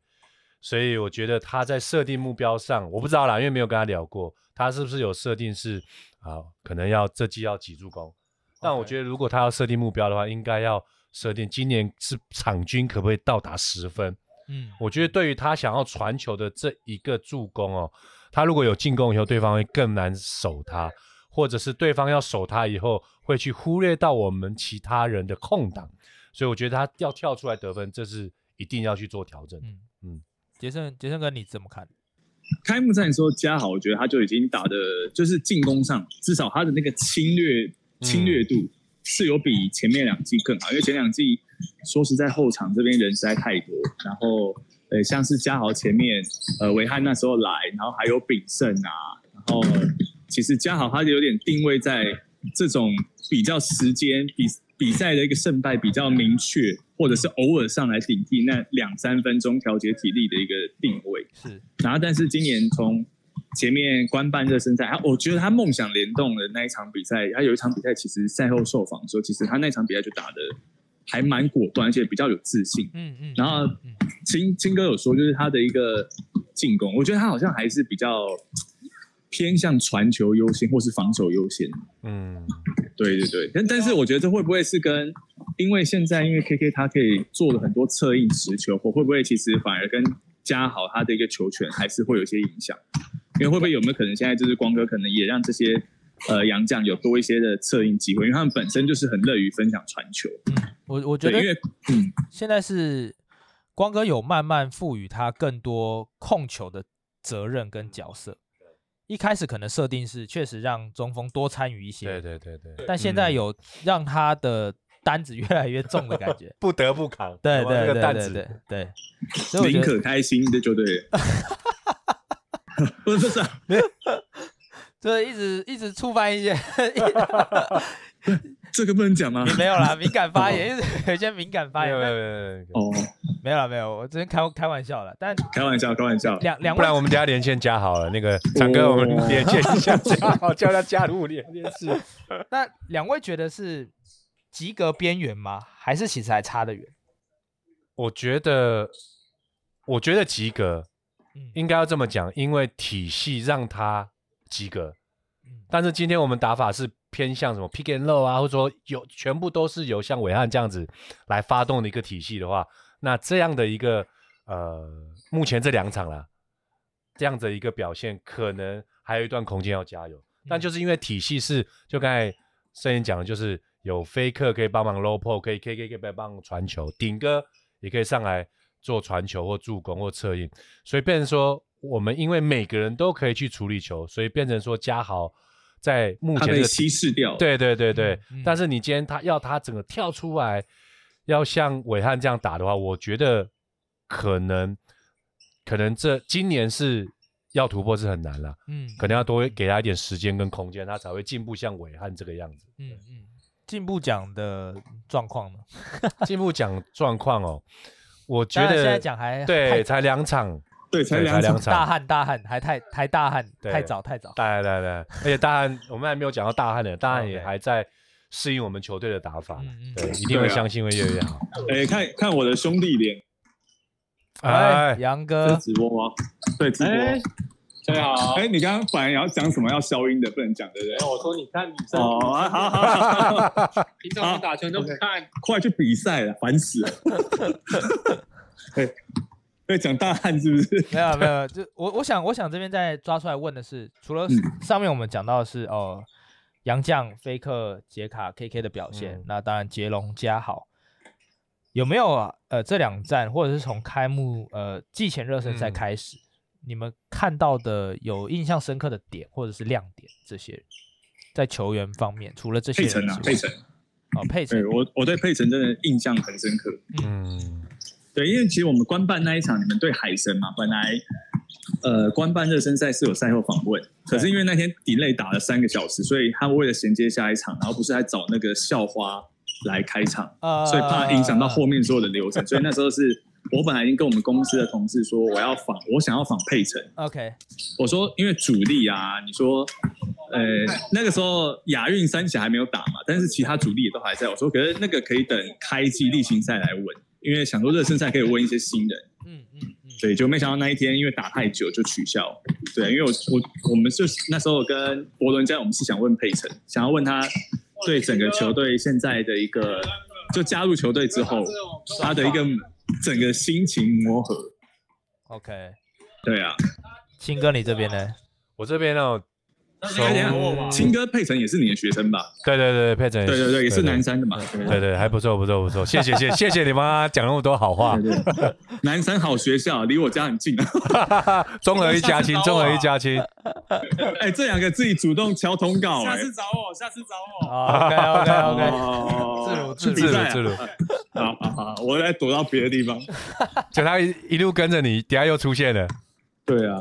[SPEAKER 3] 所以我觉得他在设定目标上，我不知道啦，因为没有跟他聊过，他是不是有设定是啊、可能要这季要几助攻？但我
[SPEAKER 2] OK
[SPEAKER 3] 觉得如果他要设定目标的话，应该要设定今年是场均可不可以到达十分？
[SPEAKER 2] 嗯，
[SPEAKER 3] 我觉得对于他想要传球的这一个助攻哦，他如果有进攻以后，对方会更难守他，或者是对方要守他以后，会去忽略到我们其他人的空档，所以我觉得他要跳出来得分，这是一定要去做调整的。
[SPEAKER 2] 嗯嗯
[SPEAKER 3] 嗯，
[SPEAKER 2] 杰森杰森哥你怎么看？
[SPEAKER 4] 开幕战的时候，嘉豪我觉得他就已经打的，就是进攻上至少他的那个侵略侵略度是有比前面两季更好，因为前两季说实在后场这边人实在太多，然后呃像是嘉豪前面呃维汉那时候来，然后还有炳胜啊，然后其实嘉豪他有点定位在这种比较时间比比赛的一个胜败比较明确，或者是偶尔上来顶替那两三分钟调节体力的一个定位。
[SPEAKER 2] 是
[SPEAKER 4] 然后，但是今年从前面官办热身赛，他我觉得他梦想联动的那一场比赛，他有一场比赛，其实赛后受访说，其实他那场比赛就打的还蛮果断，而且比较有自信。
[SPEAKER 2] 嗯嗯，
[SPEAKER 4] 然后
[SPEAKER 2] 嗯
[SPEAKER 4] 青青哥有说，就是他的一个进攻，我觉得他好像还是比较偏向传球优先或是防守优先。
[SPEAKER 3] 嗯，
[SPEAKER 4] 对对对，但但是我觉得这会不会是跟，因为现在因为 KK 他可以做了很多策应持球，或会不会其实反而跟加好他的一个球权还是会有一些影响？因为会不会有没有可能现在就是光哥可能也让这些呃洋将有多一些的策应机会，因为他们本身就是很乐于分享传球。
[SPEAKER 2] 我我觉得
[SPEAKER 4] 对，因为嗯，
[SPEAKER 2] 现在是光哥有慢慢赋予他更多控球的责任
[SPEAKER 3] 嗯
[SPEAKER 2] 跟角色。一开始可能设定是确实让中锋多参与一些，
[SPEAKER 3] 对对对对，
[SPEAKER 2] 但现在
[SPEAKER 3] 嗯
[SPEAKER 2] 有让他的单子越来越重的感 觉
[SPEAKER 3] 。不得不扛，
[SPEAKER 2] 对
[SPEAKER 3] 有没有
[SPEAKER 2] 对
[SPEAKER 3] 这
[SPEAKER 2] 对
[SPEAKER 3] 个担
[SPEAKER 2] 对
[SPEAKER 3] 子
[SPEAKER 2] 对 对，所以我
[SPEAKER 4] 宁
[SPEAKER 2] 觉得
[SPEAKER 4] 可开心的就对了。 不是不是啊，
[SPEAKER 2] 这一直一直触犯一些
[SPEAKER 4] 这个不能讲吗
[SPEAKER 2] 也？没有啦，敏感发言，一直有一些敏感发
[SPEAKER 3] 没
[SPEAKER 2] 言
[SPEAKER 3] 有没有
[SPEAKER 2] 但
[SPEAKER 3] 没有没有，
[SPEAKER 4] 哦，
[SPEAKER 2] 没有啦没有，我之前开开玩笑了，但
[SPEAKER 4] 开玩笑，开玩笑。
[SPEAKER 2] 两两
[SPEAKER 3] 不
[SPEAKER 2] 位
[SPEAKER 3] 然我们等一下连线加好了，那个长哥
[SPEAKER 4] 哦
[SPEAKER 3] 我们连线一下加 好，叫他加入连连线。
[SPEAKER 2] 那两位觉得是及格边缘吗？还是其实还差得远？
[SPEAKER 3] 我觉得，我觉得及格，
[SPEAKER 2] 嗯
[SPEAKER 3] 应该要这么讲，因为体系让他及格
[SPEAKER 2] 嗯。
[SPEAKER 3] 但是今天我们打法是偏向什么 pick and roll 啊，或者说有全部都是由像伟汉这样子来发动的一个体系的话，那这样的一个呃，目前这两场啦，这样的一个表现，可能还有一段空间要加油。但就是因为体系是，就刚才盛言讲的，就是有飞克可以帮忙 low pull，可以 K K 可以帮忙传球，顶哥也可以上来做传球或助攻或策应，所以变成说我们因为每个人都可以去处理球，所以变成说嘉豪在目
[SPEAKER 4] 他
[SPEAKER 3] 前这
[SPEAKER 4] 被
[SPEAKER 3] 个
[SPEAKER 4] 稀释掉，，
[SPEAKER 3] 对对对对，
[SPEAKER 2] 哦嗯嗯
[SPEAKER 3] 但是你今天他要他整个跳出来，要像伟汉这样打的话，我觉得可能可能这今年是要突破是很难了。
[SPEAKER 2] 嗯
[SPEAKER 3] 可能要多给他一点时间跟空间，他才会进步，像伟汉这个样 子。
[SPEAKER 2] 嗯嗯，进步奖的状况呢？
[SPEAKER 3] 进步讲状况哦，我觉
[SPEAKER 2] 当然
[SPEAKER 3] 得
[SPEAKER 2] 现在讲还
[SPEAKER 3] 对，
[SPEAKER 2] 太
[SPEAKER 3] 才两场，
[SPEAKER 4] 对，才
[SPEAKER 3] 对才两
[SPEAKER 4] 两场，
[SPEAKER 3] 场
[SPEAKER 2] 大汉大汉还太太大汉
[SPEAKER 3] 对
[SPEAKER 2] 太早太早，
[SPEAKER 3] 来来来，哎而且大汉我们还没有讲到大汉呢，大汉也
[SPEAKER 2] OK
[SPEAKER 3] 还在适应我们球队的打法，
[SPEAKER 2] 嗯嗯
[SPEAKER 3] 对，一定会
[SPEAKER 4] 对啊
[SPEAKER 3] 相信会越来越好。
[SPEAKER 4] 哎，看看我的兄弟脸，
[SPEAKER 2] 哎，
[SPEAKER 3] 哎，
[SPEAKER 2] 杨
[SPEAKER 4] 这
[SPEAKER 2] 哥，
[SPEAKER 4] 直播吗？对，直播。
[SPEAKER 5] 哎，大家好。
[SPEAKER 4] 哎，你刚刚本来要讲什么要消音的，不能讲，对不
[SPEAKER 5] 没
[SPEAKER 4] 对？
[SPEAKER 5] 有，我说你看女生，
[SPEAKER 4] 哦，啊好好好，
[SPEAKER 5] 平常你打球都不看，
[SPEAKER 4] 快去比赛了，烦死了。 对，对，讲大汉是不是？
[SPEAKER 2] 没有没有，就我我想我想这边再抓出来问的是，除了
[SPEAKER 4] 嗯
[SPEAKER 2] 上面我们讲到的是哦，杨绛、菲克、杰卡、KK 的表现，
[SPEAKER 3] 嗯
[SPEAKER 2] 那当然杰龙加好，有没有啊？呃，这两站或者是从开幕呃季前热身赛
[SPEAKER 3] 嗯
[SPEAKER 2] 开始，你们看到的有印象深刻的点或者是亮点，这些在球员方面，除了这些
[SPEAKER 4] 佩
[SPEAKER 2] 人之
[SPEAKER 4] 晨啊
[SPEAKER 2] 外，，
[SPEAKER 4] 佩晨，
[SPEAKER 2] 哦，佩
[SPEAKER 4] 对
[SPEAKER 2] 晨，
[SPEAKER 4] 我我对佩晨真的印象很深刻。
[SPEAKER 3] 嗯，
[SPEAKER 4] 对，因为其实我们官办那一场，你们对海神嘛，本来呃官办热身赛是有赛后访问，可是因为那天 delay 打了三个小时，所以他为了衔接下一场，然后不是还找那个校花来开场，
[SPEAKER 2] 呃
[SPEAKER 4] 所以怕影响到后面所有的流程，所以那时候是我本来已经跟我们公司的同事说，我要访，我想要访佩晨，
[SPEAKER 2] OK，
[SPEAKER 4] 我说因为主力啊，你说，呃，那个时候亚运三峡还没有打嘛，但是其他主力也都还在。我说，可是那个可以等开季例行赛来问，因为想说热身赛可以问一些新人。
[SPEAKER 2] 嗯嗯嗯，
[SPEAKER 4] 对，就没想到那一天因为打太久就取消。对，因为我我我们就是那时候跟博伦家，我们是想问佩晨，想要问他对整个球队现在的一个，就加入球队之后他的一个整个心情磨合。
[SPEAKER 2] ，OK，
[SPEAKER 4] 对啊，
[SPEAKER 2] 青哥你这边 呢？
[SPEAKER 3] 我这边哦呢，
[SPEAKER 4] 哎等一下青哥佩晨也是你的学生吧？
[SPEAKER 3] 对对对，佩晨，
[SPEAKER 4] 对对对，也是啊南，山的嘛。对
[SPEAKER 3] 对对，还不错不错不错，谢谢谢谢谢你妈讲那么多好话，
[SPEAKER 4] 对对，南山好学校，离我家很近啊。
[SPEAKER 3] 综合一家亲，综合一家亲，
[SPEAKER 4] 哎，这两个自己主动敲通告，
[SPEAKER 5] 下
[SPEAKER 4] 哎，
[SPEAKER 5] 次找我，下次找我。
[SPEAKER 2] 哦，OK，OK，OK、o k OK OK，自
[SPEAKER 4] 哦
[SPEAKER 2] 如自
[SPEAKER 4] 比
[SPEAKER 2] 如
[SPEAKER 3] 自，
[SPEAKER 4] 赛
[SPEAKER 3] 如
[SPEAKER 4] 啊
[SPEAKER 3] 自如，
[SPEAKER 4] 好好好，我再躲到别的地方。
[SPEAKER 3] 就他一一路跟着你，底下又出现了。
[SPEAKER 4] 对啊，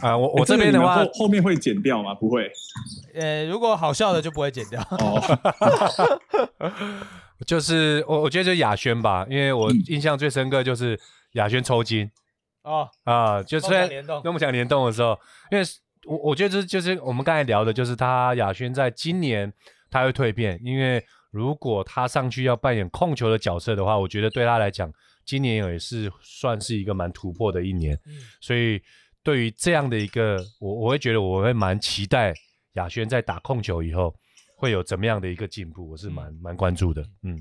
[SPEAKER 3] 啊，我
[SPEAKER 4] 哎
[SPEAKER 3] 我这边的
[SPEAKER 4] 个你
[SPEAKER 3] 话
[SPEAKER 4] 们后，后面会剪掉吗？不会。
[SPEAKER 2] 呃，如果好笑的就不会剪掉。
[SPEAKER 4] 哦，
[SPEAKER 3] 就是我我觉得就是亚轩吧，因为我
[SPEAKER 4] 嗯
[SPEAKER 3] 印象最深刻就是亚轩抽筋
[SPEAKER 2] 哦，
[SPEAKER 3] 啊，就
[SPEAKER 2] 梦
[SPEAKER 3] 虽然
[SPEAKER 2] 想联动
[SPEAKER 3] 那我们想联动的时候，因为我我觉得这就是我们刚才聊的，就是他亚轩在今年他会蜕变，因为如果他上去要扮演控球的角色的话，我觉得对他来讲，今年也是算是一个蛮突破的一年，
[SPEAKER 2] 嗯
[SPEAKER 3] 所以对于这样的一个，我我会觉得我会蛮期待亚轩在打控球以后会有怎么样的一个进步，我是蛮蛮关注的。嗯，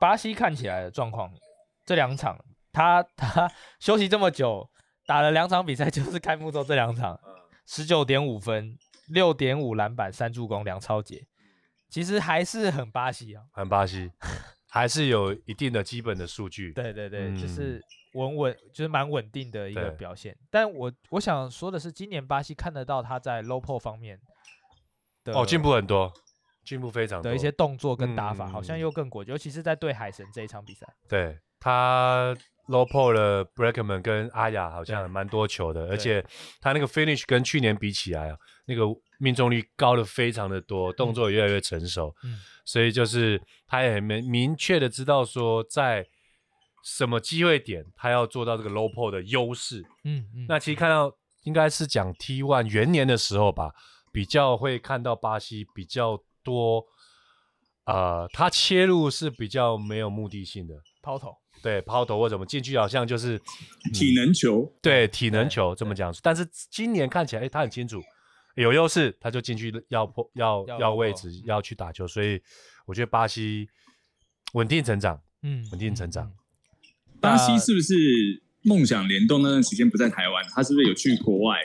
[SPEAKER 2] 巴西看起来的状况，这两场他他休息这么久，打了两场比赛，就是开幕周这两场，十九点五分，六点五篮板，三助攻，两超节，其实还是很巴西啊。
[SPEAKER 3] 看巴西还是有一定的基本的数据。
[SPEAKER 2] 对对对，
[SPEAKER 3] 嗯
[SPEAKER 2] 就是稳稳，就是蛮稳定的一个
[SPEAKER 3] 对
[SPEAKER 2] 表现。但我我想说的是，今年巴西看得到他在 low p o 方面的
[SPEAKER 3] 哦，进步很多，进步非常多。
[SPEAKER 2] 的一些动作跟打法，好
[SPEAKER 3] 嗯
[SPEAKER 2] 像又更果决，尤其是在对海神这一场比赛。
[SPEAKER 3] 对他 low p o 了 Breakman 跟阿雅好像蛮多球的，而且他那个 finish 跟去年比起来啊，那个命中率高的非常的多，动作也越来越成熟，
[SPEAKER 2] 嗯
[SPEAKER 3] 所以就是他也很明明确的知道说在什么机会点他要做到这个 low p o 的优势。
[SPEAKER 2] 嗯嗯
[SPEAKER 3] 那其实看到应该是讲 T one 元年的时候吧，比较会看到巴西比较多。呃，他切入是比较没有目的性的，
[SPEAKER 2] 抛投，
[SPEAKER 3] 对抛投或怎么进去，好像就是、嗯
[SPEAKER 4] 体能球，
[SPEAKER 3] 对体能
[SPEAKER 2] 对
[SPEAKER 3] 球这么讲。但是今年看起来，哎，他很清楚有优势，他就进去要破要
[SPEAKER 2] 要哦嗯
[SPEAKER 3] 要
[SPEAKER 2] 突
[SPEAKER 3] 位
[SPEAKER 2] 破
[SPEAKER 3] 置要去打球，所以我觉得巴西稳定成长，
[SPEAKER 2] 嗯
[SPEAKER 3] 稳定成长。
[SPEAKER 4] 巴
[SPEAKER 3] 呃
[SPEAKER 4] 西是不是梦想联动那段时间不在台湾？他是不是有去国外？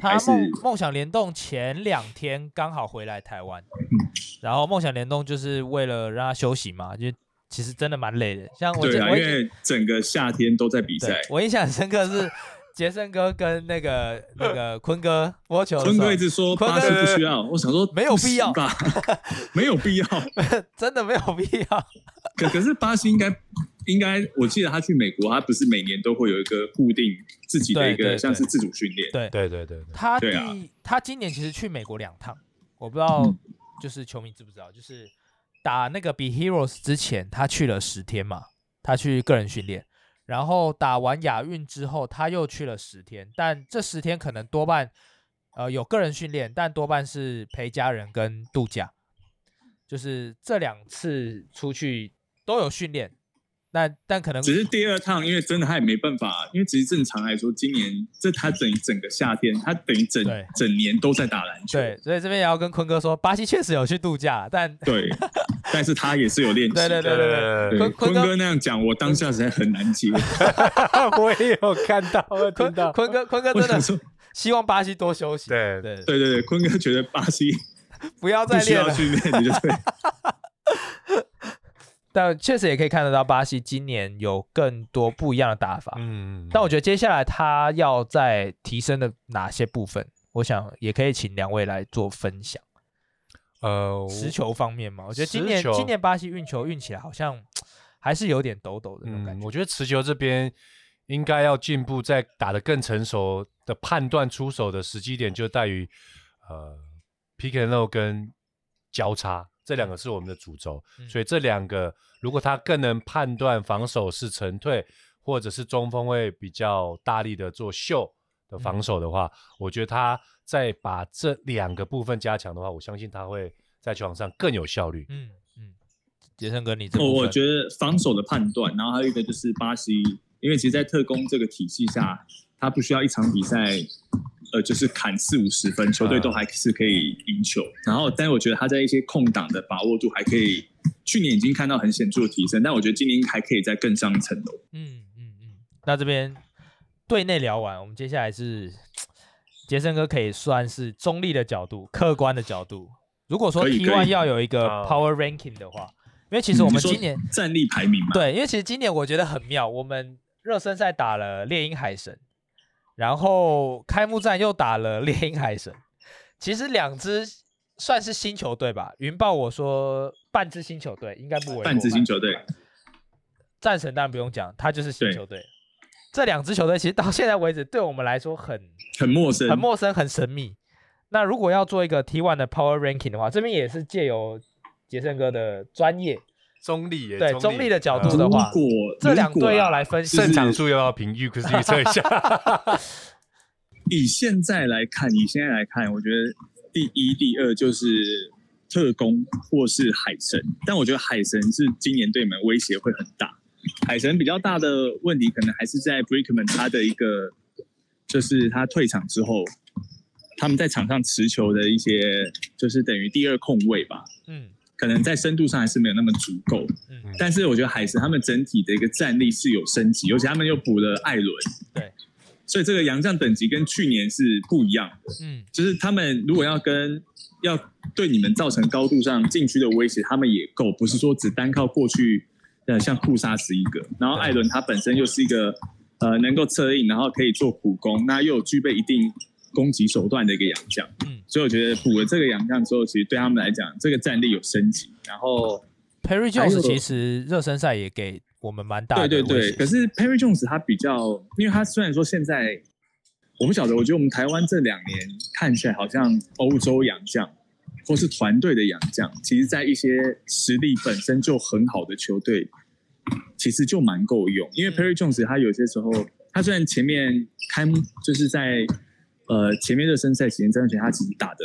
[SPEAKER 2] 他
[SPEAKER 4] 还是
[SPEAKER 2] 梦梦想联动前两天刚好回来台湾，
[SPEAKER 4] 嗯
[SPEAKER 2] 然后梦想联动就是为了让他休息嘛，就其实真的蛮累的。像我
[SPEAKER 4] 对
[SPEAKER 2] 这
[SPEAKER 4] 啊，
[SPEAKER 2] 我
[SPEAKER 4] 因
[SPEAKER 2] 也
[SPEAKER 4] 为整个夏天都在比
[SPEAKER 2] 对
[SPEAKER 4] 赛。
[SPEAKER 2] 我印象很深刻是杰森哥跟那个那个坤 哥播球的时候，
[SPEAKER 4] 坤哥一直说
[SPEAKER 2] 坤哥
[SPEAKER 4] 巴西不需 要，我想说
[SPEAKER 2] 没有必要
[SPEAKER 4] 不行吧，没有必要。
[SPEAKER 2] 真的没有必要。
[SPEAKER 4] 可可是巴西应该应该，我记得他去美国，他不是每年都会有一个固定自己的一
[SPEAKER 2] 对对
[SPEAKER 4] 个
[SPEAKER 2] 对
[SPEAKER 4] 像是自主训练。
[SPEAKER 2] 对
[SPEAKER 3] 对对对对，
[SPEAKER 2] 他第、
[SPEAKER 4] 对啊
[SPEAKER 2] 他今年其实去美国两趟，我不知道
[SPEAKER 4] 嗯
[SPEAKER 2] 就是球迷知不知道，就是打那个比 Heroes 之前，他去了十天嘛，他去个人训练，然后打完亚运之后，他又去了十天，但这十天可能多半呃有个人训练，但多半是陪家人跟度假，就是这两次出去都有训练，但但可能
[SPEAKER 4] 只是第二趟，因为真的他也没办法，因为其实正常来说，今年这他等于整个夏天，他等于整
[SPEAKER 2] 对
[SPEAKER 4] 整年都在打篮球。
[SPEAKER 2] 对，所以这边也要跟坤哥说，巴西确实有去度假，但
[SPEAKER 4] 对，但是他也是有练习。
[SPEAKER 2] 对对 对对对。
[SPEAKER 4] 对
[SPEAKER 2] 坤
[SPEAKER 4] 坤
[SPEAKER 2] 坤哥
[SPEAKER 4] 哥那样讲，我当下实在很 难接。
[SPEAKER 3] 我也有看到，我有听
[SPEAKER 2] 坤
[SPEAKER 3] 到，
[SPEAKER 2] 坤哥，坤哥
[SPEAKER 4] 我
[SPEAKER 2] 真
[SPEAKER 4] 想
[SPEAKER 2] 的
[SPEAKER 4] 说，
[SPEAKER 2] 希望巴西多休息，
[SPEAKER 3] 对
[SPEAKER 2] 对，
[SPEAKER 4] 对对对，坤哥觉得巴西
[SPEAKER 2] 不要
[SPEAKER 4] 不
[SPEAKER 2] 再
[SPEAKER 4] 需
[SPEAKER 2] 练
[SPEAKER 4] 要
[SPEAKER 2] 了。
[SPEAKER 4] 训练，你就对。
[SPEAKER 2] 但确实也可以看得到，巴西今年有更多不一样的打法。
[SPEAKER 3] 嗯，
[SPEAKER 2] 啊但我觉得接下来他要再提升的哪些部分，我想也可以请两位来做分享。
[SPEAKER 3] 呃，我
[SPEAKER 2] 持球方面嘛，我觉得今
[SPEAKER 3] 持
[SPEAKER 2] 年
[SPEAKER 3] 球
[SPEAKER 2] 今年巴西运球运起来好像还是有点抖抖的那种感
[SPEAKER 3] 嗯，
[SPEAKER 2] 觉。
[SPEAKER 3] 我觉得持球这边应该要进步，在打得更成熟的判断出手的时机点，就在于呃 pick and roll 跟交叉这两个是我们的主轴，
[SPEAKER 2] 嗯
[SPEAKER 3] 所以这两个如果他更能判断防守是沉退，或者是中锋会比较大力的做秀的
[SPEAKER 2] 嗯
[SPEAKER 3] 防守的话，我觉得他再把这两个部分加强的话，我相信他会在球场上更有效率。
[SPEAKER 2] 嗯嗯，杰森哥，你这
[SPEAKER 4] 我
[SPEAKER 2] 部
[SPEAKER 4] 我
[SPEAKER 2] 分
[SPEAKER 4] 觉得防守的判断，然后还有一个就是巴西，因为其实，在特工这个体系下，他不需要一场比赛，呃，就是砍四五十分，球队都还是可以赢球。然后，但我觉得他在一些空档的把握度还可以，去年已经看到很显著的提升，但我觉得今年还可以再更上一层楼。
[SPEAKER 2] 嗯嗯嗯，那这边队内聊完，我们接下来是杰森哥可以算是中立的角度、客观的角度。如果说
[SPEAKER 4] 可以
[SPEAKER 2] T
[SPEAKER 4] 可
[SPEAKER 2] 1
[SPEAKER 4] 以嗯
[SPEAKER 2] 要有一个
[SPEAKER 3] 啊
[SPEAKER 2] Power Ranking 的话，因为其实我们
[SPEAKER 4] 你说
[SPEAKER 2] 今年
[SPEAKER 4] 战力排名嘛，
[SPEAKER 2] 对，因为其实今年我觉得很妙，我们热身赛打了猎鹰海神，然后开幕战又打了猎鹰海神，其实两支算是新球队吧。云豹我说半支新球队应该不为过吧，
[SPEAKER 4] 半支新球队，
[SPEAKER 2] 战神当然不用讲，他就是新
[SPEAKER 4] 对
[SPEAKER 2] 球队。这两支球队其实到现在为止，对我们来说很
[SPEAKER 4] 很陌生，
[SPEAKER 2] 很陌生、很神秘。那如果要做一个 T1 的 Power Ranking 的话，这边也是借由杰森哥的专业
[SPEAKER 3] 中立也
[SPEAKER 2] 对中立的角度的话
[SPEAKER 4] 如果
[SPEAKER 2] 这两
[SPEAKER 4] 如果啊
[SPEAKER 2] 队要来分析
[SPEAKER 4] 就
[SPEAKER 3] 胜
[SPEAKER 4] 是
[SPEAKER 3] 场数又要评预估预测一下。
[SPEAKER 4] 以现在来看，以现在来看，我觉得第一、第二就是特工或是海神，但我觉得海神是今年对你们威胁会很大。海神比较大的问题，可能还是在 Brickman 他的一个就是他退场之后，他们在场上持球的一些，就是等于第二控卫吧，
[SPEAKER 2] 嗯
[SPEAKER 4] 可能在深度上还是没有那么足够。
[SPEAKER 2] 嗯
[SPEAKER 4] 但是我觉得海神他们整体的一个战力是有升级，尤其他们又补了艾伦，
[SPEAKER 2] 对，
[SPEAKER 4] 所以这个洋将等级跟去年是不一样的。
[SPEAKER 2] 嗯
[SPEAKER 4] 就是他们如果要跟要对你们造成高度上禁区的威胁，他们也够，不是说只单靠过去呃像库萨斯一个，然后艾伦他本身又是一个呃能够策应，然后可以做苦攻，那又有具备一定攻击手段的一个洋将，
[SPEAKER 2] 嗯
[SPEAKER 4] 所以我觉得补了这个洋将之后，其实对他们来讲这个战力有升级，然后。
[SPEAKER 2] ，Perry
[SPEAKER 4] 还有
[SPEAKER 2] Jones 其实热身赛也给我们蛮大的
[SPEAKER 4] 对对
[SPEAKER 2] 威
[SPEAKER 4] 对，
[SPEAKER 2] 胁
[SPEAKER 4] 可是 Perry Jones 他比较，因为他虽然说现在我不晓得，我觉得我们台湾这两年看起来好像欧洲洋将或是团队的洋将，其实在一些实力本身就很好的球队，其实就蛮够用。
[SPEAKER 2] 嗯
[SPEAKER 4] 因为 Perry Jones 他有些时候，他虽然前面开幕就是在呃前面热身赛期间这段时间，他其实打的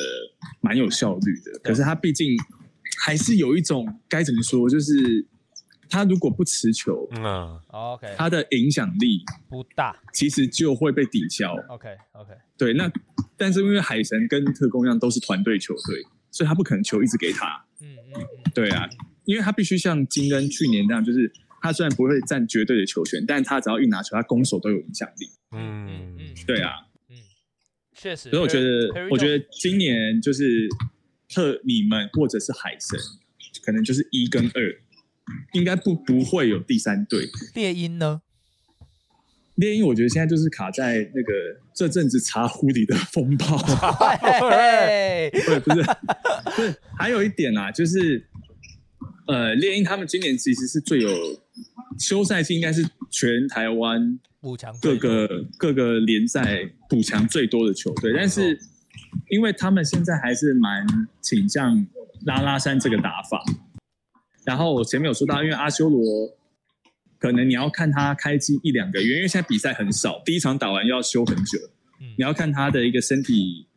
[SPEAKER 4] 蛮有效率的，可是他毕竟还是有一种该怎么说，就是他如果不持球。
[SPEAKER 3] 嗯，
[SPEAKER 2] OK
[SPEAKER 4] 他的影响力
[SPEAKER 2] 不大
[SPEAKER 4] 其实就会被抵消。
[SPEAKER 2] OK OK
[SPEAKER 4] 对，那但是因为海神跟特工一样都是团队球队，所以他不可能球一直给他。
[SPEAKER 2] 嗯嗯嗯
[SPEAKER 4] 对啊，因为他必须像金恩去年那样，就是他虽然不会占绝对的球权，但他只要一拿球，他攻守都有影响力。
[SPEAKER 3] 嗯嗯
[SPEAKER 4] 对啊，
[SPEAKER 2] 确实，
[SPEAKER 4] 所以我觉得
[SPEAKER 2] Perry，
[SPEAKER 4] 我觉得今年就是特你们或者是海神，可能就是一跟二，应该不不会有第三队。
[SPEAKER 2] Jones 猎鹰 呢，
[SPEAKER 4] 猎鹰我觉得现在就是卡在那个这阵子茶壶里的风暴。
[SPEAKER 2] 嘿嘿
[SPEAKER 4] 对，不是，不是，还有一点啊，就是，呃，猎鹰他们今年其实是最有休赛期，应该是全台湾
[SPEAKER 2] 五强
[SPEAKER 4] 各
[SPEAKER 2] 队
[SPEAKER 4] 个各个联赛补强最多的球队，但是因为他们现在还是蛮倾向拉拉山这个打法。然后我前面有说到，因为阿修罗可能你要看他开机一两个月，因为现在比赛很少，第一场打完又要休很久，
[SPEAKER 2] 嗯
[SPEAKER 4] 你要看他的一个身体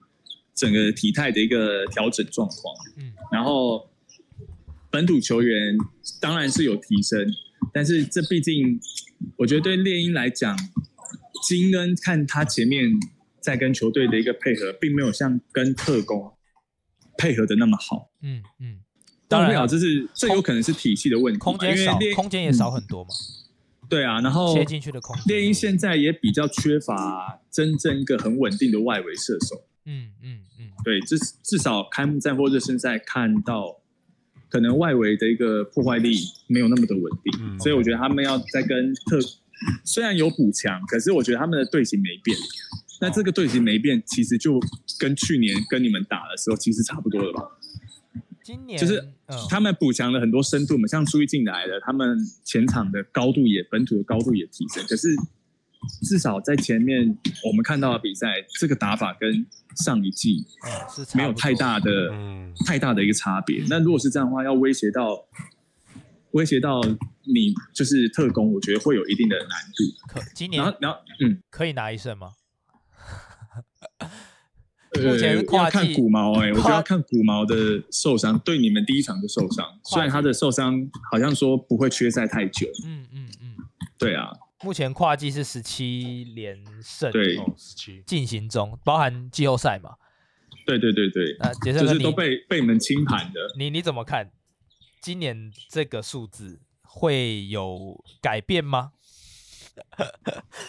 [SPEAKER 4] 整个体态的一个调整状况。
[SPEAKER 2] 嗯
[SPEAKER 4] 然后本土球员当然是有提升，但是这毕竟我觉得对猎鹰来讲，金恩看他前面在跟球队的一个配合，并没有像跟特工配合的那么好。
[SPEAKER 2] 嗯嗯，当
[SPEAKER 4] 当
[SPEAKER 2] 然
[SPEAKER 4] 然啊了，这是这有可能是体系的问题嘛，
[SPEAKER 2] 空间
[SPEAKER 4] 因为
[SPEAKER 2] 少，
[SPEAKER 4] 猎鹰
[SPEAKER 2] 空间也少很多嘛，
[SPEAKER 4] 对啊，然后
[SPEAKER 2] 切进去的空间。
[SPEAKER 4] 猎鹰现在也比较缺乏真正一个很稳定的外围射手。
[SPEAKER 2] 嗯嗯嗯
[SPEAKER 4] 对，至至少开幕战或热身赛看到，可能外围的一个破坏力没有那么的稳定，
[SPEAKER 3] 嗯
[SPEAKER 4] 所以我觉得他们要在跟特，虽然有补强，可是我觉得他们的队形没变。那这个队形没变，其实就跟去年跟你们打的时候其实差不多了吧？
[SPEAKER 2] 今年
[SPEAKER 4] 就是
[SPEAKER 2] 嗯
[SPEAKER 4] 他们补强了很多深度嘛，像苏一进来了，他们前场的高度也本土的高度也提升，可是至少在前面我们看到的比赛，这个打法跟上一季
[SPEAKER 2] 嗯是差
[SPEAKER 4] 没有
[SPEAKER 2] 不多
[SPEAKER 4] 太大的
[SPEAKER 3] 嗯
[SPEAKER 4] 太大的一个差别。那如果是这样的话，要威胁到威胁到你就是特工，我觉得会有一定的难度。
[SPEAKER 2] 可今
[SPEAKER 4] 然
[SPEAKER 2] 年
[SPEAKER 4] 后，然后，嗯，
[SPEAKER 2] 可以拿一胜吗？
[SPEAKER 4] 呃
[SPEAKER 2] 目前是跨
[SPEAKER 4] 要
[SPEAKER 2] 季
[SPEAKER 4] 看古毛哎、我觉得
[SPEAKER 2] 跨
[SPEAKER 4] 要看古毛的受伤，对你们第一场就受伤，
[SPEAKER 2] 跨季
[SPEAKER 4] 虽然他的受伤好像说不会缺赛太久，
[SPEAKER 2] 嗯嗯嗯，
[SPEAKER 4] 对啊，
[SPEAKER 2] 目前跨季是十七连胜，
[SPEAKER 4] 对
[SPEAKER 2] 哦，
[SPEAKER 3] 十七，
[SPEAKER 2] 进行中，包含季后赛嘛。
[SPEAKER 4] 对对对对，
[SPEAKER 2] 那杰森
[SPEAKER 4] 就
[SPEAKER 2] 哥，
[SPEAKER 4] 是都
[SPEAKER 2] 你
[SPEAKER 4] 被被你们清盘的。
[SPEAKER 2] 你你怎么看今年这个数字会有改变吗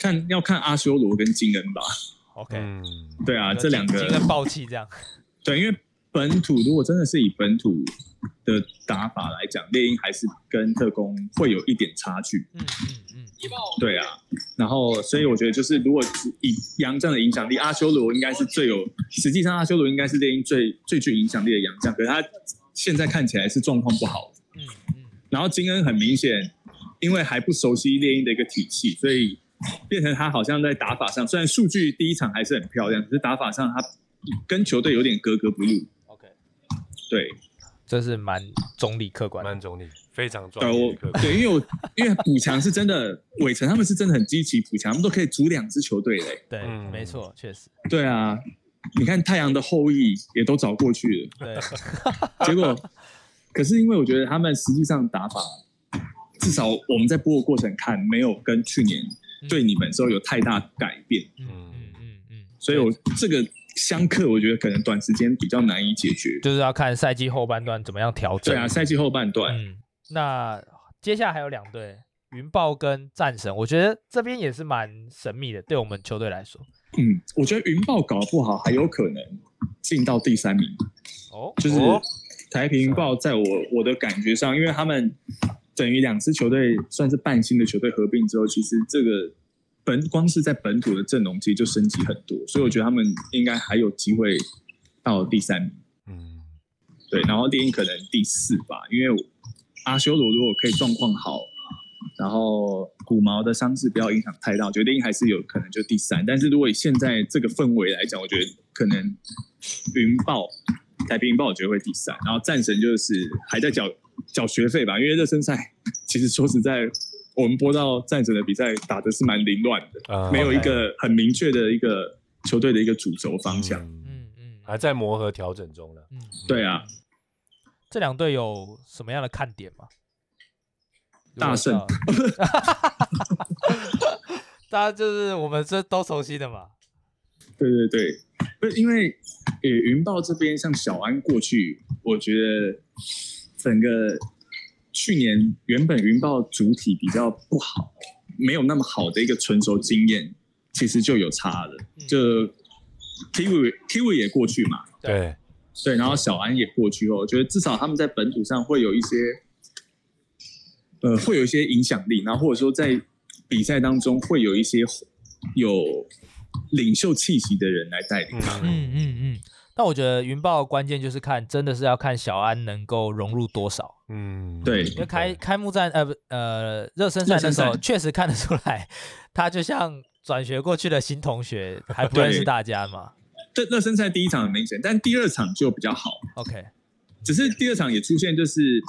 [SPEAKER 4] 看要看阿修罗跟金恩吧，
[SPEAKER 2] ？OK，、
[SPEAKER 3] 嗯
[SPEAKER 4] 对啊，
[SPEAKER 2] 就
[SPEAKER 4] 这两
[SPEAKER 2] 今今天
[SPEAKER 4] 个
[SPEAKER 2] 爆气这样，
[SPEAKER 4] 对，因为本土如果真的是以本土的打法来讲，猎鹰还是跟特工会有一点差距。
[SPEAKER 2] 嗯嗯
[SPEAKER 4] 对啊，然后所以我觉得就是，如果以杨将的影响力，阿修罗应该是最有，实际上阿修罗应该是猎鹰最最具影响力的杨将，可是他现在看起来是状况不好。
[SPEAKER 2] 嗯嗯嗯，
[SPEAKER 4] 然后金恩很明显，因为还不熟悉猎鹰的一个体系，所以变成他好像在打法上，虽然数据第一场还是很漂亮，可是打法上他跟球队有点格格不入。
[SPEAKER 2] OK
[SPEAKER 4] 对，
[SPEAKER 2] 这是蛮中立客观的
[SPEAKER 3] 曼总理非常
[SPEAKER 4] 对
[SPEAKER 3] 专
[SPEAKER 4] 我
[SPEAKER 3] 业的客观，
[SPEAKER 4] 对，因为我因为补强是真的，伟成他们是真的很积极补强，他们都可以组两支球队嘞、
[SPEAKER 2] 对，
[SPEAKER 3] 嗯
[SPEAKER 2] 没错，确实，
[SPEAKER 4] 对啊，你看太阳的后裔也都找过去
[SPEAKER 2] 对，
[SPEAKER 4] 了，结果可是因为我觉得他们实际上打法，至少我嗯们在播的过程看，没有跟去年对你们之后有太大改变。
[SPEAKER 2] 嗯嗯嗯
[SPEAKER 4] 所以我这个相克，我觉得可能短时间比较难以解决。
[SPEAKER 2] 就是要看赛季后半段怎么样调整。
[SPEAKER 4] 对啊，赛季后半段，
[SPEAKER 2] 嗯，那接下来还有两队，云豹跟战神，我觉得这边也是蛮神秘的，对我们球队来说。
[SPEAKER 4] 嗯，我觉得云豹搞不好还有可能进到第三名，
[SPEAKER 2] 哦，
[SPEAKER 4] 就是
[SPEAKER 3] 哦
[SPEAKER 4] 台平云豹，在我我的感觉上，因为他们等于两支球队算是半新的球队合并之后，其实这个本光是在本土的阵容其实就升级很多，所以我觉得他们应该还有机会到第三名。
[SPEAKER 3] 嗯，
[SPEAKER 4] 对，然后猎鹰可能第四吧，因为阿修罗如果可以状况好，然后骨毛的伤势不要影响太大，我觉得猎鹰还是有可能就第三。但是如果以现在这个氛围来讲，我觉得可能云豹、台平云豹，我觉得会第三。然后战神就是还在缴缴学费吧，因为热身赛其实说实在，我们播到战神的比赛打的是蛮凌乱的，
[SPEAKER 3] 啊
[SPEAKER 4] 没有一个很明确的一个球队的一个主轴方向。
[SPEAKER 3] 嗯
[SPEAKER 2] 嗯嗯，
[SPEAKER 3] 还在磨合调整中了。
[SPEAKER 2] 嗯，
[SPEAKER 4] 对啊，
[SPEAKER 2] 这两队有什么样的看点吗？
[SPEAKER 4] 大胜
[SPEAKER 2] 如果到， 大家就是我们这都熟悉的嘛。
[SPEAKER 4] 对对对，不是因为呃云豹这边像小安过去，我觉得整个去年原本云豹主体比较不好，没有那么好的一个成熟经验，其实就有差了。就 Kiwi Kiwi 也过去嘛，
[SPEAKER 3] 对，
[SPEAKER 4] 对，然后小安也过去后，我觉得至少他们在本土上会有一些，呃，会有一些影响力，然后或者说在比赛当中会有一些有领袖气息的人来带领他们。
[SPEAKER 2] 嗯嗯嗯。但我觉得云豹的关键就是看，真的是要看小安能够融入多少。
[SPEAKER 3] 嗯，
[SPEAKER 4] 对
[SPEAKER 2] 因为开开幕战呃不呃热身赛
[SPEAKER 4] 热
[SPEAKER 2] 那
[SPEAKER 4] 身
[SPEAKER 2] 时
[SPEAKER 4] 赛
[SPEAKER 2] 候确实看得出来，他就像转学过去的新同 学，还不认识
[SPEAKER 4] 对
[SPEAKER 2] 大家嘛。
[SPEAKER 4] 对，热身赛第一场很明显，但第二场就比较好，
[SPEAKER 2] OK，
[SPEAKER 4] 只是第二场也出现就是。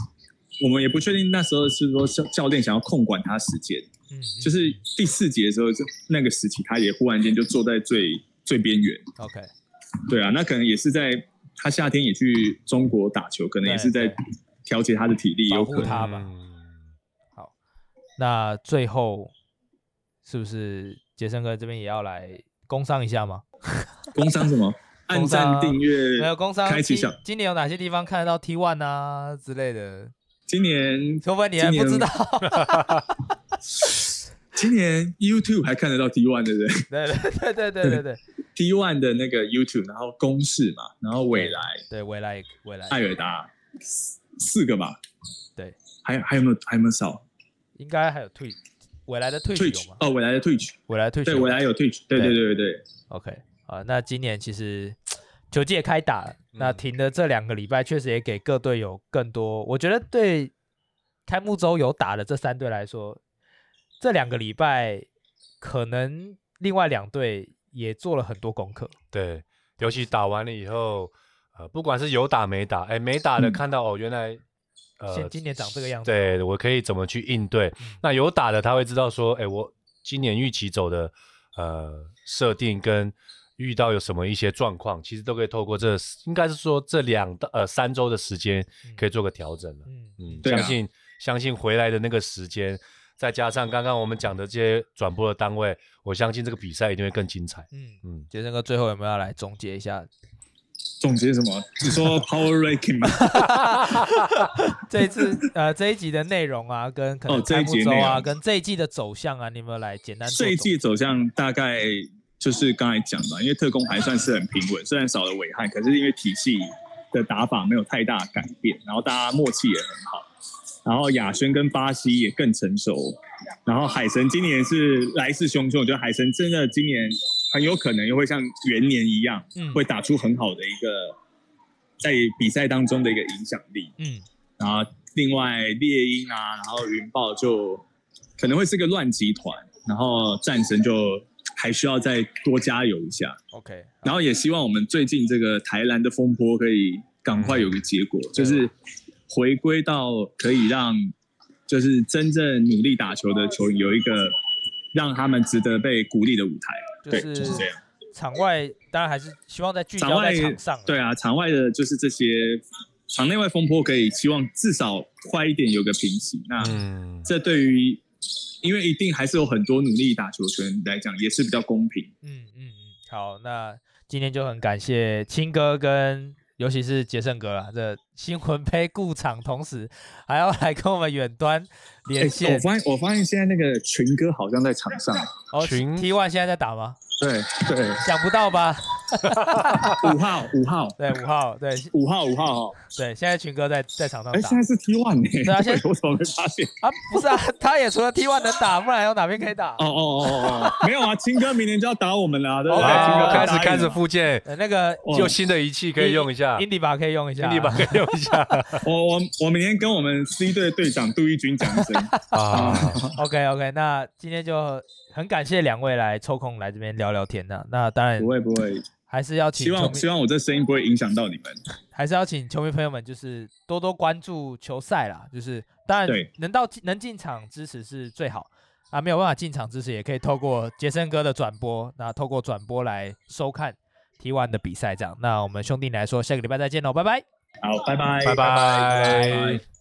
[SPEAKER 4] 我们也不确定那时候是说教教练想要控管他时间，
[SPEAKER 2] 嗯，
[SPEAKER 4] 就是是第四节的时候，就那个时期他也忽然间就坐在最最边缘，
[SPEAKER 2] OK，
[SPEAKER 4] 对啊，那可能也是在他夏天也去中国打球，可能也是在
[SPEAKER 2] 对
[SPEAKER 4] 调节他的体力，
[SPEAKER 2] 保
[SPEAKER 4] 有
[SPEAKER 2] 护
[SPEAKER 4] 可能。
[SPEAKER 2] 他吧那最后是不是杰森哥这边也要来工商一下吗？
[SPEAKER 4] 工商什么？按
[SPEAKER 2] 工商啊
[SPEAKER 4] 赞、订阅
[SPEAKER 2] 没有，工商
[SPEAKER 4] 开启
[SPEAKER 2] 今
[SPEAKER 4] 小。
[SPEAKER 2] 今年有哪些地方看得到 T One 啊之类的？
[SPEAKER 4] 今年，
[SPEAKER 2] 除非你还
[SPEAKER 4] 今
[SPEAKER 2] 不
[SPEAKER 4] 年
[SPEAKER 2] 知道，
[SPEAKER 4] 今年 YouTube 还看得到 T One 对不
[SPEAKER 2] 对对
[SPEAKER 4] 对
[SPEAKER 2] 对对对对
[SPEAKER 4] ？T One 的那个 YouTube，然后公式嘛，然后未来、
[SPEAKER 2] 对，未来未来
[SPEAKER 4] 艾尔达四四个吧？
[SPEAKER 2] 对，
[SPEAKER 4] 还有还有没有还有没有少
[SPEAKER 2] 应该还有 Twitch，未来的 Twitch
[SPEAKER 4] ？Twitch
[SPEAKER 2] 有吗？
[SPEAKER 4] 哦，未来的 Twitch，
[SPEAKER 2] 未来 Twitch
[SPEAKER 4] 对，
[SPEAKER 2] 有吗
[SPEAKER 4] 未来有 Twitch，对对对对对，
[SPEAKER 2] OK 啊，那今年其实球季也开打了，那
[SPEAKER 3] 嗯
[SPEAKER 2] 停的这两个礼拜确实也给各队有更多，我觉得对开幕周有打的这三队来说，这两个礼拜可能另外两队也做了很多功课。
[SPEAKER 3] 对，尤其打完了以后，呃，不管是有打没打，哎，没打的
[SPEAKER 4] 嗯
[SPEAKER 3] 看到哦，原来呃
[SPEAKER 2] 现，今年长这个样子，
[SPEAKER 3] 对我可以怎么去应对？那有打的他会知道说，哎，我今年预期走的呃设定跟遇到有什么一些状况，其实都可以透过这应该是说这两到呃三周的时间可以做个调整了。
[SPEAKER 2] 嗯，
[SPEAKER 3] 嗯，
[SPEAKER 4] 对啊
[SPEAKER 3] 相信相信回来的那个时间，再加上刚刚我们讲的这些转播的单位，我相信这个比赛一定会更精彩。
[SPEAKER 2] 嗯嗯，
[SPEAKER 3] 嗯，
[SPEAKER 2] 杰森哥最后有没有要来总结一 下
[SPEAKER 4] 总结什么？你说 Power Ranking 吗？
[SPEAKER 2] 这一次 呃这一集的内容啊，跟可
[SPEAKER 4] 哦
[SPEAKER 2] 能
[SPEAKER 4] 这
[SPEAKER 2] 开
[SPEAKER 4] 一
[SPEAKER 2] 幕
[SPEAKER 4] 集
[SPEAKER 2] 周
[SPEAKER 4] 内
[SPEAKER 2] 啊，
[SPEAKER 4] 容
[SPEAKER 2] 跟这一季的走向啊，你有没有来简单做
[SPEAKER 4] 这一
[SPEAKER 2] 总
[SPEAKER 4] 季走向大概就是刚才讲的，因为特工还算是很平稳，虽然少了伟汉，可是因为体系的打法没有太大改变，然后大家默契也很好，然后亚轩跟巴西也更成熟，然后海神今年是来势汹汹，我觉得海神真的今年很有可能又会像元年一样，
[SPEAKER 2] 嗯
[SPEAKER 4] 会打出很好的一个在比赛当中的一个影响力。
[SPEAKER 2] 嗯
[SPEAKER 4] 然后另外猎鹰啊，然后云豹就可能会是个乱集团，然后战神就还需要再多加油一下，
[SPEAKER 2] OK
[SPEAKER 4] 然后也希望我们最近这个台篮的风波可以赶快有个结果，就是回归到可以让就是真正努力打球的球员有一个让他们值得被鼓励的舞台，
[SPEAKER 2] 就
[SPEAKER 4] 对，
[SPEAKER 2] 是
[SPEAKER 4] 就是这样。
[SPEAKER 2] 场外当然还是希望在聚
[SPEAKER 4] 场
[SPEAKER 2] 焦在
[SPEAKER 4] 外
[SPEAKER 2] 场上啊，
[SPEAKER 4] 对啊，场外的就是这些，场内外风波可以希望至少快一点有个平息。那
[SPEAKER 3] 嗯，
[SPEAKER 4] 这对于，因为一定还是有很多努力打球的球员来讲，也是比较公平。
[SPEAKER 2] 嗯嗯嗯，好，那今天就很感谢青哥跟尤其是杰胜哥啦，这新魂杯顾场，同时还要来跟我们远端连
[SPEAKER 4] 哎我
[SPEAKER 2] 线。
[SPEAKER 4] 发现我发现现在那个群哥好像在场上，
[SPEAKER 2] 哦
[SPEAKER 3] 群
[SPEAKER 2] T One 现在在打吗？
[SPEAKER 4] 对对，
[SPEAKER 2] 想不到吧？
[SPEAKER 4] 五号五号
[SPEAKER 2] 对，五号，对
[SPEAKER 4] 五号五号哦，
[SPEAKER 2] 对，现在群哥在在场上
[SPEAKER 4] 哎，
[SPEAKER 2] 打
[SPEAKER 4] 现在是 T one 呢，
[SPEAKER 2] 对啊现在
[SPEAKER 4] 我怎么没发现？
[SPEAKER 2] 啊，不是啊，他也除了 T One 能打，不然有哪边可以打？
[SPEAKER 4] 哦哦哦哦哦，没有啊，青哥明年就要打我们了啊，对不对？
[SPEAKER 2] OK，
[SPEAKER 4] 青
[SPEAKER 3] 好，
[SPEAKER 4] 哥
[SPEAKER 3] 开
[SPEAKER 4] 刚
[SPEAKER 3] 始
[SPEAKER 4] 答应
[SPEAKER 3] 开始
[SPEAKER 4] 了
[SPEAKER 3] 复健，
[SPEAKER 2] 呃，那个
[SPEAKER 4] 哦
[SPEAKER 3] 有新的仪器可以用一下，
[SPEAKER 2] Indy 吧可以用一下
[SPEAKER 3] 你把可以用一下
[SPEAKER 4] 我我我明天跟我们 C 队队长杜一军讲一 声，
[SPEAKER 3] 啊。
[SPEAKER 2] OK OK，那今天就很感谢两位来抽空来这边聊聊天呐、那当然
[SPEAKER 4] 不会不会，
[SPEAKER 2] 还是要请
[SPEAKER 4] 希
[SPEAKER 2] 球
[SPEAKER 4] 望
[SPEAKER 2] 迷
[SPEAKER 4] 希，望我这声音不会影响到你们。
[SPEAKER 2] 还是要请球迷朋友们就是多多关注球赛啦，就是当然
[SPEAKER 4] 对
[SPEAKER 2] 能到能进场支持是最好啊，没有办法进场支持也可以透过杰森哥的转播，那透过转播来收看 T1 的比赛这样。那我们兄弟来说，下个礼拜再见喽，拜拜。
[SPEAKER 4] 好，拜拜，
[SPEAKER 3] 拜拜。